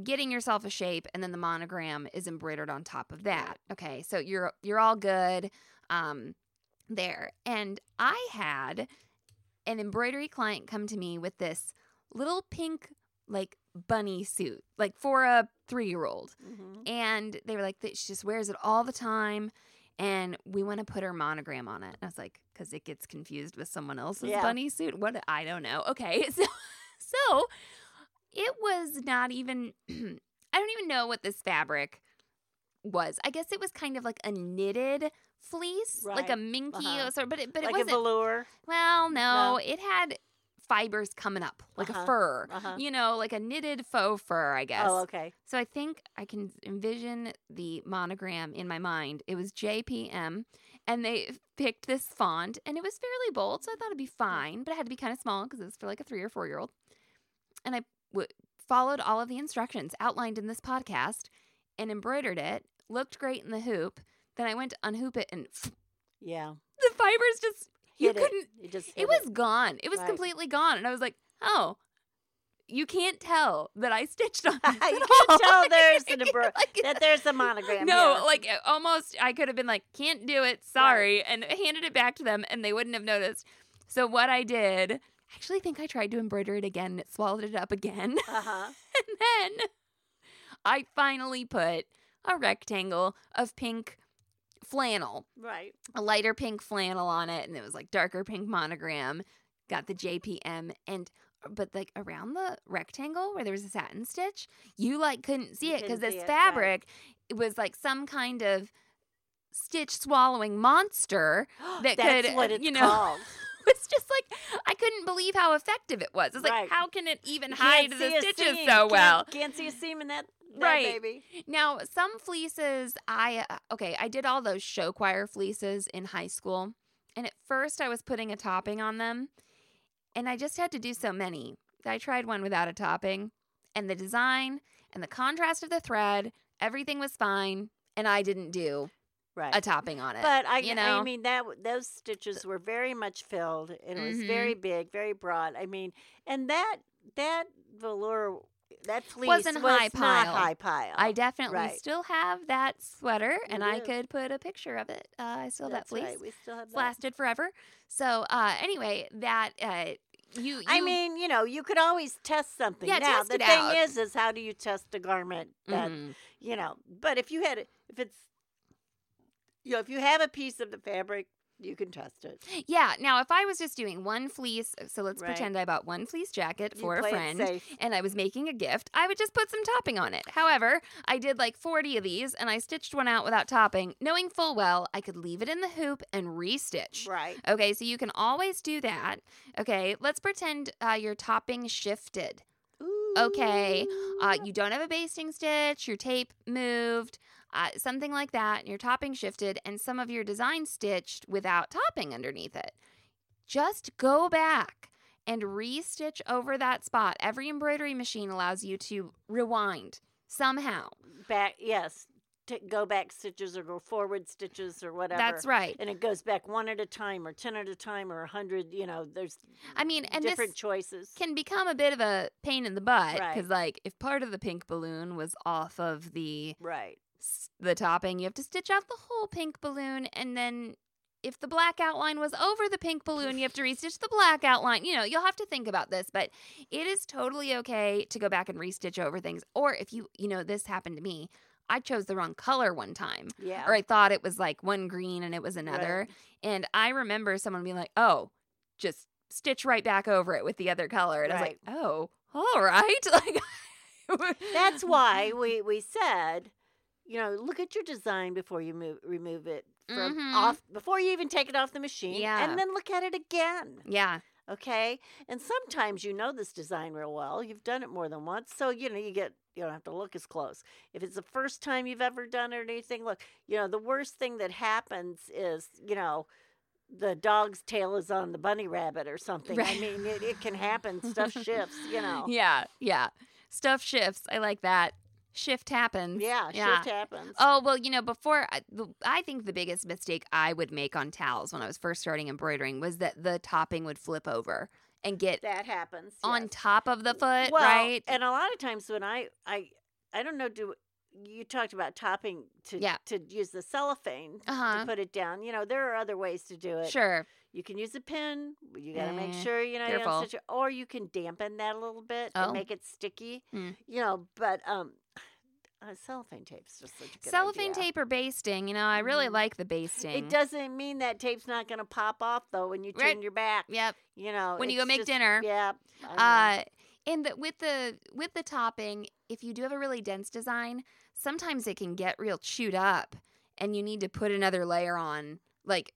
[SPEAKER 3] Getting yourself a shape and then the monogram is embroidered on top of that. Okay. So you're you're all good um there. And I had an embroidery client come to me with this little pink like bunny suit, like for a 3-year-old
[SPEAKER 4] Mhm.
[SPEAKER 3] and they were like, "Th- she just wears it all the time, and we want to put her monogram on it. And I was like, because it gets confused with someone else's
[SPEAKER 4] Yeah.
[SPEAKER 3] bunny suit. What? I don't know. Okay, <laughs> so so it was not even. <clears throat> I don't even know what this fabric was. I guess it was kind of like a knitted fleece, like a
[SPEAKER 4] Right.
[SPEAKER 3] minky
[SPEAKER 4] Uh-huh.
[SPEAKER 3] sort, but it, but it
[SPEAKER 4] like a
[SPEAKER 3] wasn't.
[SPEAKER 4] velour.
[SPEAKER 3] well, no,
[SPEAKER 4] No.
[SPEAKER 3] it had fibers coming up like a
[SPEAKER 4] Uh-huh.
[SPEAKER 3] fur.
[SPEAKER 4] Uh-huh.
[SPEAKER 3] You know, like a knitted faux fur, I guess.
[SPEAKER 4] Oh, okay.
[SPEAKER 3] So I think I can envision the monogram in my mind. It was JPM, and they picked this font, and it was fairly bold, so I thought it'd be fine, but it had to be kind of small because it was for like a three or four year old. And I w- followed all of the instructions outlined in this podcast and embroidered it. Looked great in the hoop. Then I went to unhoop it, and <laughs>
[SPEAKER 4] Yeah.
[SPEAKER 3] the fibers just you
[SPEAKER 4] Hit
[SPEAKER 3] couldn't.
[SPEAKER 4] It, it just.
[SPEAKER 3] It
[SPEAKER 4] hit
[SPEAKER 3] was gone. It was
[SPEAKER 4] Right.
[SPEAKER 3] completely gone, and I was like, oh. You can't tell that I stitched on this
[SPEAKER 4] <laughs> you
[SPEAKER 3] at all. <laughs>
[SPEAKER 4] can't tell there's an embro-
[SPEAKER 3] Like-
[SPEAKER 4] that
[SPEAKER 3] <laughs>
[SPEAKER 4] there's a monogram.
[SPEAKER 3] no,
[SPEAKER 4] here.
[SPEAKER 3] like it- almost I could have been like, can't do it, sorry, and handed it back to them and they wouldn't have noticed. So what I did, I actually think I tried to embroider it again and it swallowed it up again. <laughs>
[SPEAKER 4] Uh-huh.
[SPEAKER 3] and then I finally put a rectangle of pink flannel,
[SPEAKER 4] Right. <gasps>
[SPEAKER 3] a lighter pink flannel on it, and it was like darker pink monogram, got the JPM and uh, but like around the rectangle where there was a satin stitch, you like couldn't see
[SPEAKER 4] You
[SPEAKER 3] it because
[SPEAKER 4] couldn't
[SPEAKER 3] this
[SPEAKER 4] see it, right.
[SPEAKER 3] fabric it was like some kind of stitch swallowing monster. <gasps> <laughs> That
[SPEAKER 4] That's
[SPEAKER 3] could,
[SPEAKER 4] what
[SPEAKER 3] uh,
[SPEAKER 4] it's
[SPEAKER 3] you know, <laughs>
[SPEAKER 4] called.
[SPEAKER 3] It's just like I couldn't believe how effective it was. It's like
[SPEAKER 4] Right.
[SPEAKER 3] how can it even
[SPEAKER 4] You
[SPEAKER 3] hide
[SPEAKER 4] can't
[SPEAKER 3] the
[SPEAKER 4] see a
[SPEAKER 3] stitches
[SPEAKER 4] seam.
[SPEAKER 3] so
[SPEAKER 4] Can't-
[SPEAKER 3] well?
[SPEAKER 4] Can't, see a seam
[SPEAKER 3] <laughs>
[SPEAKER 4] in that, that
[SPEAKER 3] Right.
[SPEAKER 4] baby.
[SPEAKER 3] Now, some fleeces, I uh, okay, I did all those show choir fleeces in high school, and at first I was putting a topping on them, and I just had to do so many. I tried one without a topping, and the design and the contrast of the thread, everything was fine, and I didn't do
[SPEAKER 4] Right.
[SPEAKER 3] a topping on it.
[SPEAKER 4] but I,
[SPEAKER 3] you
[SPEAKER 4] I
[SPEAKER 3] know?
[SPEAKER 4] mean that w- those stitches were very much filled and it was
[SPEAKER 3] Mhm.
[SPEAKER 4] very big, very broad. I mean, and that that velour that fleece
[SPEAKER 3] Wasn't
[SPEAKER 4] was
[SPEAKER 3] high
[SPEAKER 4] not
[SPEAKER 3] pile.
[SPEAKER 4] high pile.
[SPEAKER 3] I definitely
[SPEAKER 4] Right.
[SPEAKER 3] still have that sweater, and I
[SPEAKER 4] do.
[SPEAKER 3] could put a picture of it. Uh, I still have that
[SPEAKER 4] That's
[SPEAKER 3] fleece.
[SPEAKER 4] right, We still have
[SPEAKER 3] It's
[SPEAKER 4] that.
[SPEAKER 3] lasted forever. So uh, anyway, that uh, you, you
[SPEAKER 4] I mean, you know, you could always test something.
[SPEAKER 3] Yeah,
[SPEAKER 4] now
[SPEAKER 3] test
[SPEAKER 4] the
[SPEAKER 3] it
[SPEAKER 4] thing
[SPEAKER 3] out.
[SPEAKER 4] is, is how do you test a garment that
[SPEAKER 3] mhm.
[SPEAKER 4] you know? But if you had, it- if it's, you know, if you have a piece of the fabric, you can test it.
[SPEAKER 3] Yeah. Now, if I was just doing one fleece, uh, so let's
[SPEAKER 4] Right.
[SPEAKER 3] pretend I bought one fleece jacket
[SPEAKER 4] You
[SPEAKER 3] for a
[SPEAKER 4] play it
[SPEAKER 3] friend
[SPEAKER 4] safe.
[SPEAKER 3] and I was making a gift, I would just put some topping on it. However, I did like 40 of these and I stitched one out without topping, knowing full well I could leave it in the hoop and restitch.
[SPEAKER 4] right?
[SPEAKER 3] Okay, so you can always do that. Okay, let's pretend uh, your topping shifted. <laughs> Okay, uh, you don't have a basting stitch, your tape moved, uh, something like that, and your topping shifted, and some of your design stitched without topping underneath it. Just go back and restitch over that spot. Every embroidery machine allows you to rewind somehow.
[SPEAKER 4] Back, yes, t- go back stitches or go forward stitches or whatever.
[SPEAKER 3] That's right.
[SPEAKER 4] And it goes back one at a time or 10 at a time or a 100. You know, there's
[SPEAKER 3] I mean, and this
[SPEAKER 4] different choices.
[SPEAKER 3] can become a bit of a pain in the butt
[SPEAKER 4] Right.
[SPEAKER 3] because, like, if part of the pink balloon was off of the
[SPEAKER 4] right.
[SPEAKER 3] s- the topping, you have to stitch out the whole pink balloon, and then if the black outline was over the pink balloon, you have to restitch the black outline. You know, you'll have to think about this, but it is totally okay to go back and restitch over things. Or if you, you know, this happened to me. I chose the wrong color one time,
[SPEAKER 4] Yeah.
[SPEAKER 3] or I thought it was like one green and it was another.
[SPEAKER 4] Right.
[SPEAKER 3] And I remember someone being like, "Oh, just stitch right back over it with the other color." And I was like, "Oh, all right." <laughs> Like <laughs>
[SPEAKER 4] That's why we, we said, you know, look at your design before you move, remove it from
[SPEAKER 3] Mhm.
[SPEAKER 4] off, before you even take it off the machine.
[SPEAKER 3] Yeah.
[SPEAKER 4] And then look at it again.
[SPEAKER 3] Yeah.
[SPEAKER 4] Okay. And sometimes you know this design real well. You've done it more than once. So, you know, you get, you don't have to look as close. If it's the first time you've ever done it or anything, look, you know, the worst thing that happens is, you know, the dog's tail is on the bunny rabbit or something.
[SPEAKER 3] Right.
[SPEAKER 4] I mean, it, it can happen.
[SPEAKER 3] <laughs>
[SPEAKER 4] Stuff shifts, you know.
[SPEAKER 3] Yeah, yeah. Stuff shifts. I like that. Shift happens.
[SPEAKER 4] Yeah. Shift happens.
[SPEAKER 3] Oh, well, you know, before I, the- I think the biggest mistake I would make on towels when I was first starting embroidering was that the topping would flip over and get
[SPEAKER 4] that happens.
[SPEAKER 3] on
[SPEAKER 4] yes.
[SPEAKER 3] top of the foot,
[SPEAKER 4] well,
[SPEAKER 3] right?
[SPEAKER 4] And a lot of times when I, I, I don't know, do you talked about topping to
[SPEAKER 3] Yeah.
[SPEAKER 4] to use the cellophane
[SPEAKER 3] Uh-huh.
[SPEAKER 4] to put it down? You know, there are other ways to do it.
[SPEAKER 3] sure.
[SPEAKER 4] You can use a pin. but You got to make
[SPEAKER 3] Eh,
[SPEAKER 4] sure you know you
[SPEAKER 3] careful.
[SPEAKER 4] don't stitch it, or you can dampen that a little bit
[SPEAKER 3] Oh.
[SPEAKER 4] and make it sticky.
[SPEAKER 3] Mm.
[SPEAKER 4] You know, but um, <sighs> uh, cellophane tape's just such a good
[SPEAKER 3] Cellophane
[SPEAKER 4] idea.
[SPEAKER 3] tape or basting, you know, I really
[SPEAKER 4] Mhm.
[SPEAKER 3] like the basting.
[SPEAKER 4] It doesn't mean that tape's not going to pop off though when you turn
[SPEAKER 3] Right.
[SPEAKER 4] your back.
[SPEAKER 3] Yep.
[SPEAKER 4] You know,
[SPEAKER 3] When you go
[SPEAKER 4] it's
[SPEAKER 3] make
[SPEAKER 4] just-
[SPEAKER 3] dinner.
[SPEAKER 4] Yeah. I know.
[SPEAKER 3] Uh, and the, with the with the topping, if you do have a really dense design, sometimes it can get real chewed up, and you need to put another layer on. Like,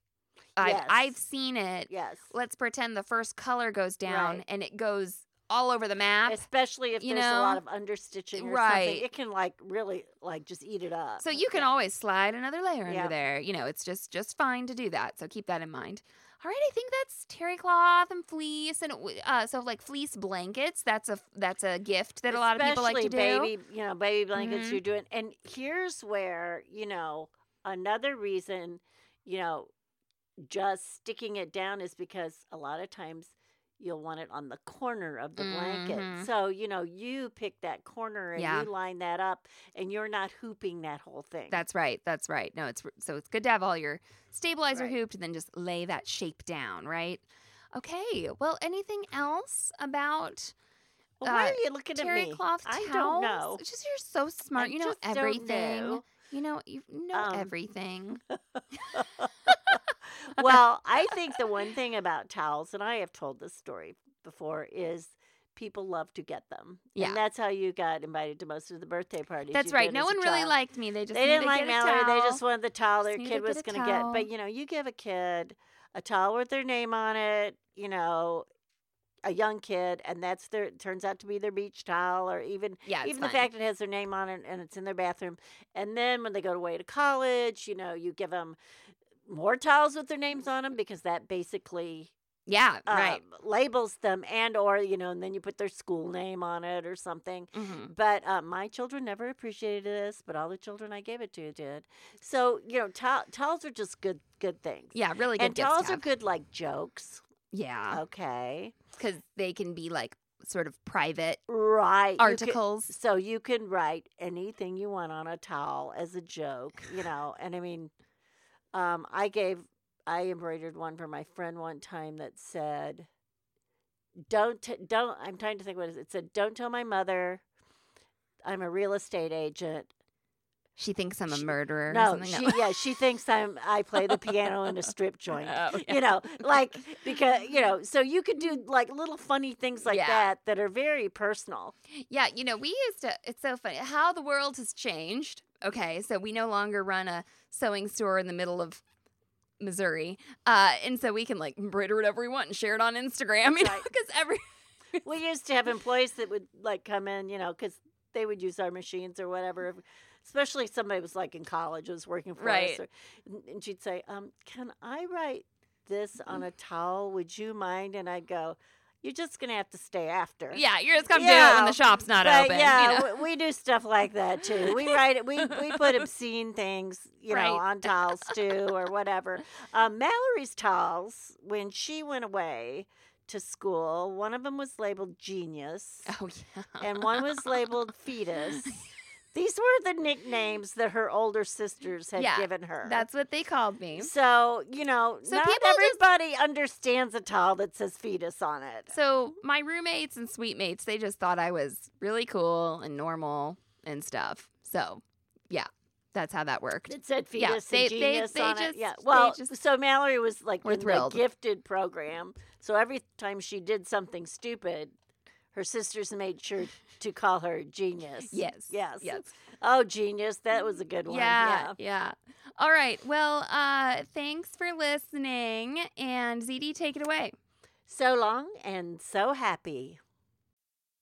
[SPEAKER 3] I've,
[SPEAKER 4] Yes.
[SPEAKER 3] I've seen it.
[SPEAKER 4] yes.
[SPEAKER 3] Let's pretend the first color goes down
[SPEAKER 4] Right.
[SPEAKER 3] and it goes all over the map.
[SPEAKER 4] Especially if
[SPEAKER 3] you
[SPEAKER 4] there's a lot
[SPEAKER 3] know?
[SPEAKER 4] of understitching or
[SPEAKER 3] Right.
[SPEAKER 4] something, it can like really like just eat it up.
[SPEAKER 3] so you can
[SPEAKER 4] Yeah.
[SPEAKER 3] always slide another layer
[SPEAKER 4] Yeah.
[SPEAKER 3] under there. You know, it's just just fine to do that. So keep that in mind. All right, I think that's terry cloth and fleece, and uh, so like fleece blankets. That's a that's a gift that a lot of people like to do.
[SPEAKER 4] Especially baby, you know, baby blankets
[SPEAKER 3] Mhm.
[SPEAKER 4] you're doing. And here's where, you know, another reason, you know, just sticking it down is because a lot of times you'll want it on the corner of the
[SPEAKER 3] Mhm.
[SPEAKER 4] blanket. So, you know, you pick that corner and
[SPEAKER 3] Yeah.
[SPEAKER 4] you line that up and you're not hooping that whole thing.
[SPEAKER 3] That's right. That's right. No, it's so it's good to have all your stabilizer
[SPEAKER 4] Right.
[SPEAKER 3] hooped and then just lay that shape down, right? Okay. Well, anything else about
[SPEAKER 4] well, why
[SPEAKER 3] uh,
[SPEAKER 4] are you looking at
[SPEAKER 3] terry
[SPEAKER 4] me?
[SPEAKER 3] cloth
[SPEAKER 4] I
[SPEAKER 3] towels?
[SPEAKER 4] don't know.
[SPEAKER 3] It's just you're so smart.
[SPEAKER 4] I
[SPEAKER 3] you know
[SPEAKER 4] just don't
[SPEAKER 3] everything.
[SPEAKER 4] know.
[SPEAKER 3] You know you know
[SPEAKER 4] Um,
[SPEAKER 3] everything.
[SPEAKER 4] well, I think the one thing about towels, and I have told this story before, is people love to get them.
[SPEAKER 3] Yeah.
[SPEAKER 4] And that's how you got invited to most of the birthday parties.
[SPEAKER 3] That's
[SPEAKER 4] you
[SPEAKER 3] right.
[SPEAKER 4] did
[SPEAKER 3] No
[SPEAKER 4] as a
[SPEAKER 3] one really
[SPEAKER 4] child.
[SPEAKER 3] liked me. They just
[SPEAKER 4] They
[SPEAKER 3] needed
[SPEAKER 4] didn't
[SPEAKER 3] to
[SPEAKER 4] like
[SPEAKER 3] get a
[SPEAKER 4] Mallory. They just
[SPEAKER 3] towel.
[SPEAKER 4] wanted the towel their
[SPEAKER 3] Just need to
[SPEAKER 4] kid
[SPEAKER 3] get
[SPEAKER 4] was
[SPEAKER 3] a
[SPEAKER 4] going to get.
[SPEAKER 3] towel.
[SPEAKER 4] But you know, you give a kid a towel with their name on it, you know, a young kid, and that's their it turns out to be their beach towel or even
[SPEAKER 3] yeah, it's
[SPEAKER 4] even
[SPEAKER 3] fun.
[SPEAKER 4] the fact it has their name on it and it's in their bathroom. And then when they go away to college, you know, you give them more towels with their names on them because that basically
[SPEAKER 3] yeah,
[SPEAKER 4] um,
[SPEAKER 3] right.
[SPEAKER 4] labels them and or you know and then you put their school name on it or something
[SPEAKER 3] Mhm.
[SPEAKER 4] but uh, my children never appreciated this but all the children i gave it to did so you know tow- towels are just good good things
[SPEAKER 3] Yeah, really good Uh
[SPEAKER 4] and
[SPEAKER 3] gifts to
[SPEAKER 4] towels are
[SPEAKER 3] have.
[SPEAKER 4] good like jokes
[SPEAKER 3] Yeah,
[SPEAKER 4] okay
[SPEAKER 3] because they can be like sort of private
[SPEAKER 4] right you can-
[SPEAKER 3] articles.
[SPEAKER 4] so you can write anything you want on a towel as a joke, you know. And I mean, um, I gave, I embroidered one for my friend one time that said, "Don't, t- don't." I'm trying to think what it, is. it said. Don't tell my mother. I'm a real estate agent.
[SPEAKER 3] she thinks I'm a
[SPEAKER 4] She-
[SPEAKER 3] murderer. or
[SPEAKER 4] No,
[SPEAKER 3] something. <laughs>
[SPEAKER 4] she, yeah, she thinks I'm. I play the piano in a strip joint.
[SPEAKER 3] Oh, yeah.
[SPEAKER 4] You know,
[SPEAKER 3] <laughs>
[SPEAKER 4] like because you know, so you could do like little funny things like
[SPEAKER 3] Yeah.
[SPEAKER 4] that that are very personal.
[SPEAKER 3] Yeah, you know, we used to, it's so funny how the world has changed. Okay, so we no longer run a sewing store in the middle of Missouri. Uh, and so we can like embroider whatever we want and share it on Instagram, <laughs> you know,
[SPEAKER 4] Right.
[SPEAKER 3] because every,
[SPEAKER 4] we used to have employees that would like come in, you know, because they would use our machines or whatever. if- Especially if somebody was like in college, was working for
[SPEAKER 3] Right.
[SPEAKER 4] us, or, and- and she'd
[SPEAKER 3] Mm.
[SPEAKER 4] say, um, "Can I write this on a towel? Would you mind?" And I'd go, you're just gonna have to stay after.
[SPEAKER 3] Yeah, you're just gonna do it when
[SPEAKER 4] Yeah,
[SPEAKER 3] the shop's not
[SPEAKER 4] but
[SPEAKER 3] open.
[SPEAKER 4] yeah,
[SPEAKER 3] you know?
[SPEAKER 4] w- we do stuff like that too. We write it. We we put obscene things,
[SPEAKER 3] <laughs>
[SPEAKER 4] you
[SPEAKER 3] Right.
[SPEAKER 4] know, on towels too, or whatever. Um, Mallory's towels, when she went away to school, one of them was labeled genius,
[SPEAKER 3] <laughs> Oh yeah.
[SPEAKER 4] and one was labeled
[SPEAKER 3] <laughs>
[SPEAKER 4] fetus. These were the nicknames that her older sisters had
[SPEAKER 3] Yeah,
[SPEAKER 4] given her.
[SPEAKER 3] That's what they called me.
[SPEAKER 4] so you know,
[SPEAKER 3] So
[SPEAKER 4] not
[SPEAKER 3] people just-
[SPEAKER 4] everybody understands a towel that says fetus on it.
[SPEAKER 3] So my roommates and suite mates, they just thought I was really cool and normal and stuff. So yeah, that's how that worked.
[SPEAKER 4] It said
[SPEAKER 3] Yeah,
[SPEAKER 4] fetus
[SPEAKER 3] they-
[SPEAKER 4] and
[SPEAKER 3] they-
[SPEAKER 4] genius
[SPEAKER 3] they
[SPEAKER 4] on
[SPEAKER 3] just-
[SPEAKER 4] it. Yeah.
[SPEAKER 3] they
[SPEAKER 4] Well,
[SPEAKER 3] just-
[SPEAKER 4] so Mallory was like
[SPEAKER 3] We're
[SPEAKER 4] in
[SPEAKER 3] thrilled.
[SPEAKER 4] the gifted program. So every time she did something stupid, her sisters made sure to
[SPEAKER 3] <laughs>
[SPEAKER 4] call her genius.
[SPEAKER 3] Yes.
[SPEAKER 4] Yes.
[SPEAKER 3] Yes.
[SPEAKER 4] Oh, genius. That was a good one.
[SPEAKER 3] Yeah,
[SPEAKER 4] Yeah.
[SPEAKER 3] yeah. All right. Well, uh, thanks for listening. And ZD, take it away.
[SPEAKER 4] So long and so happy.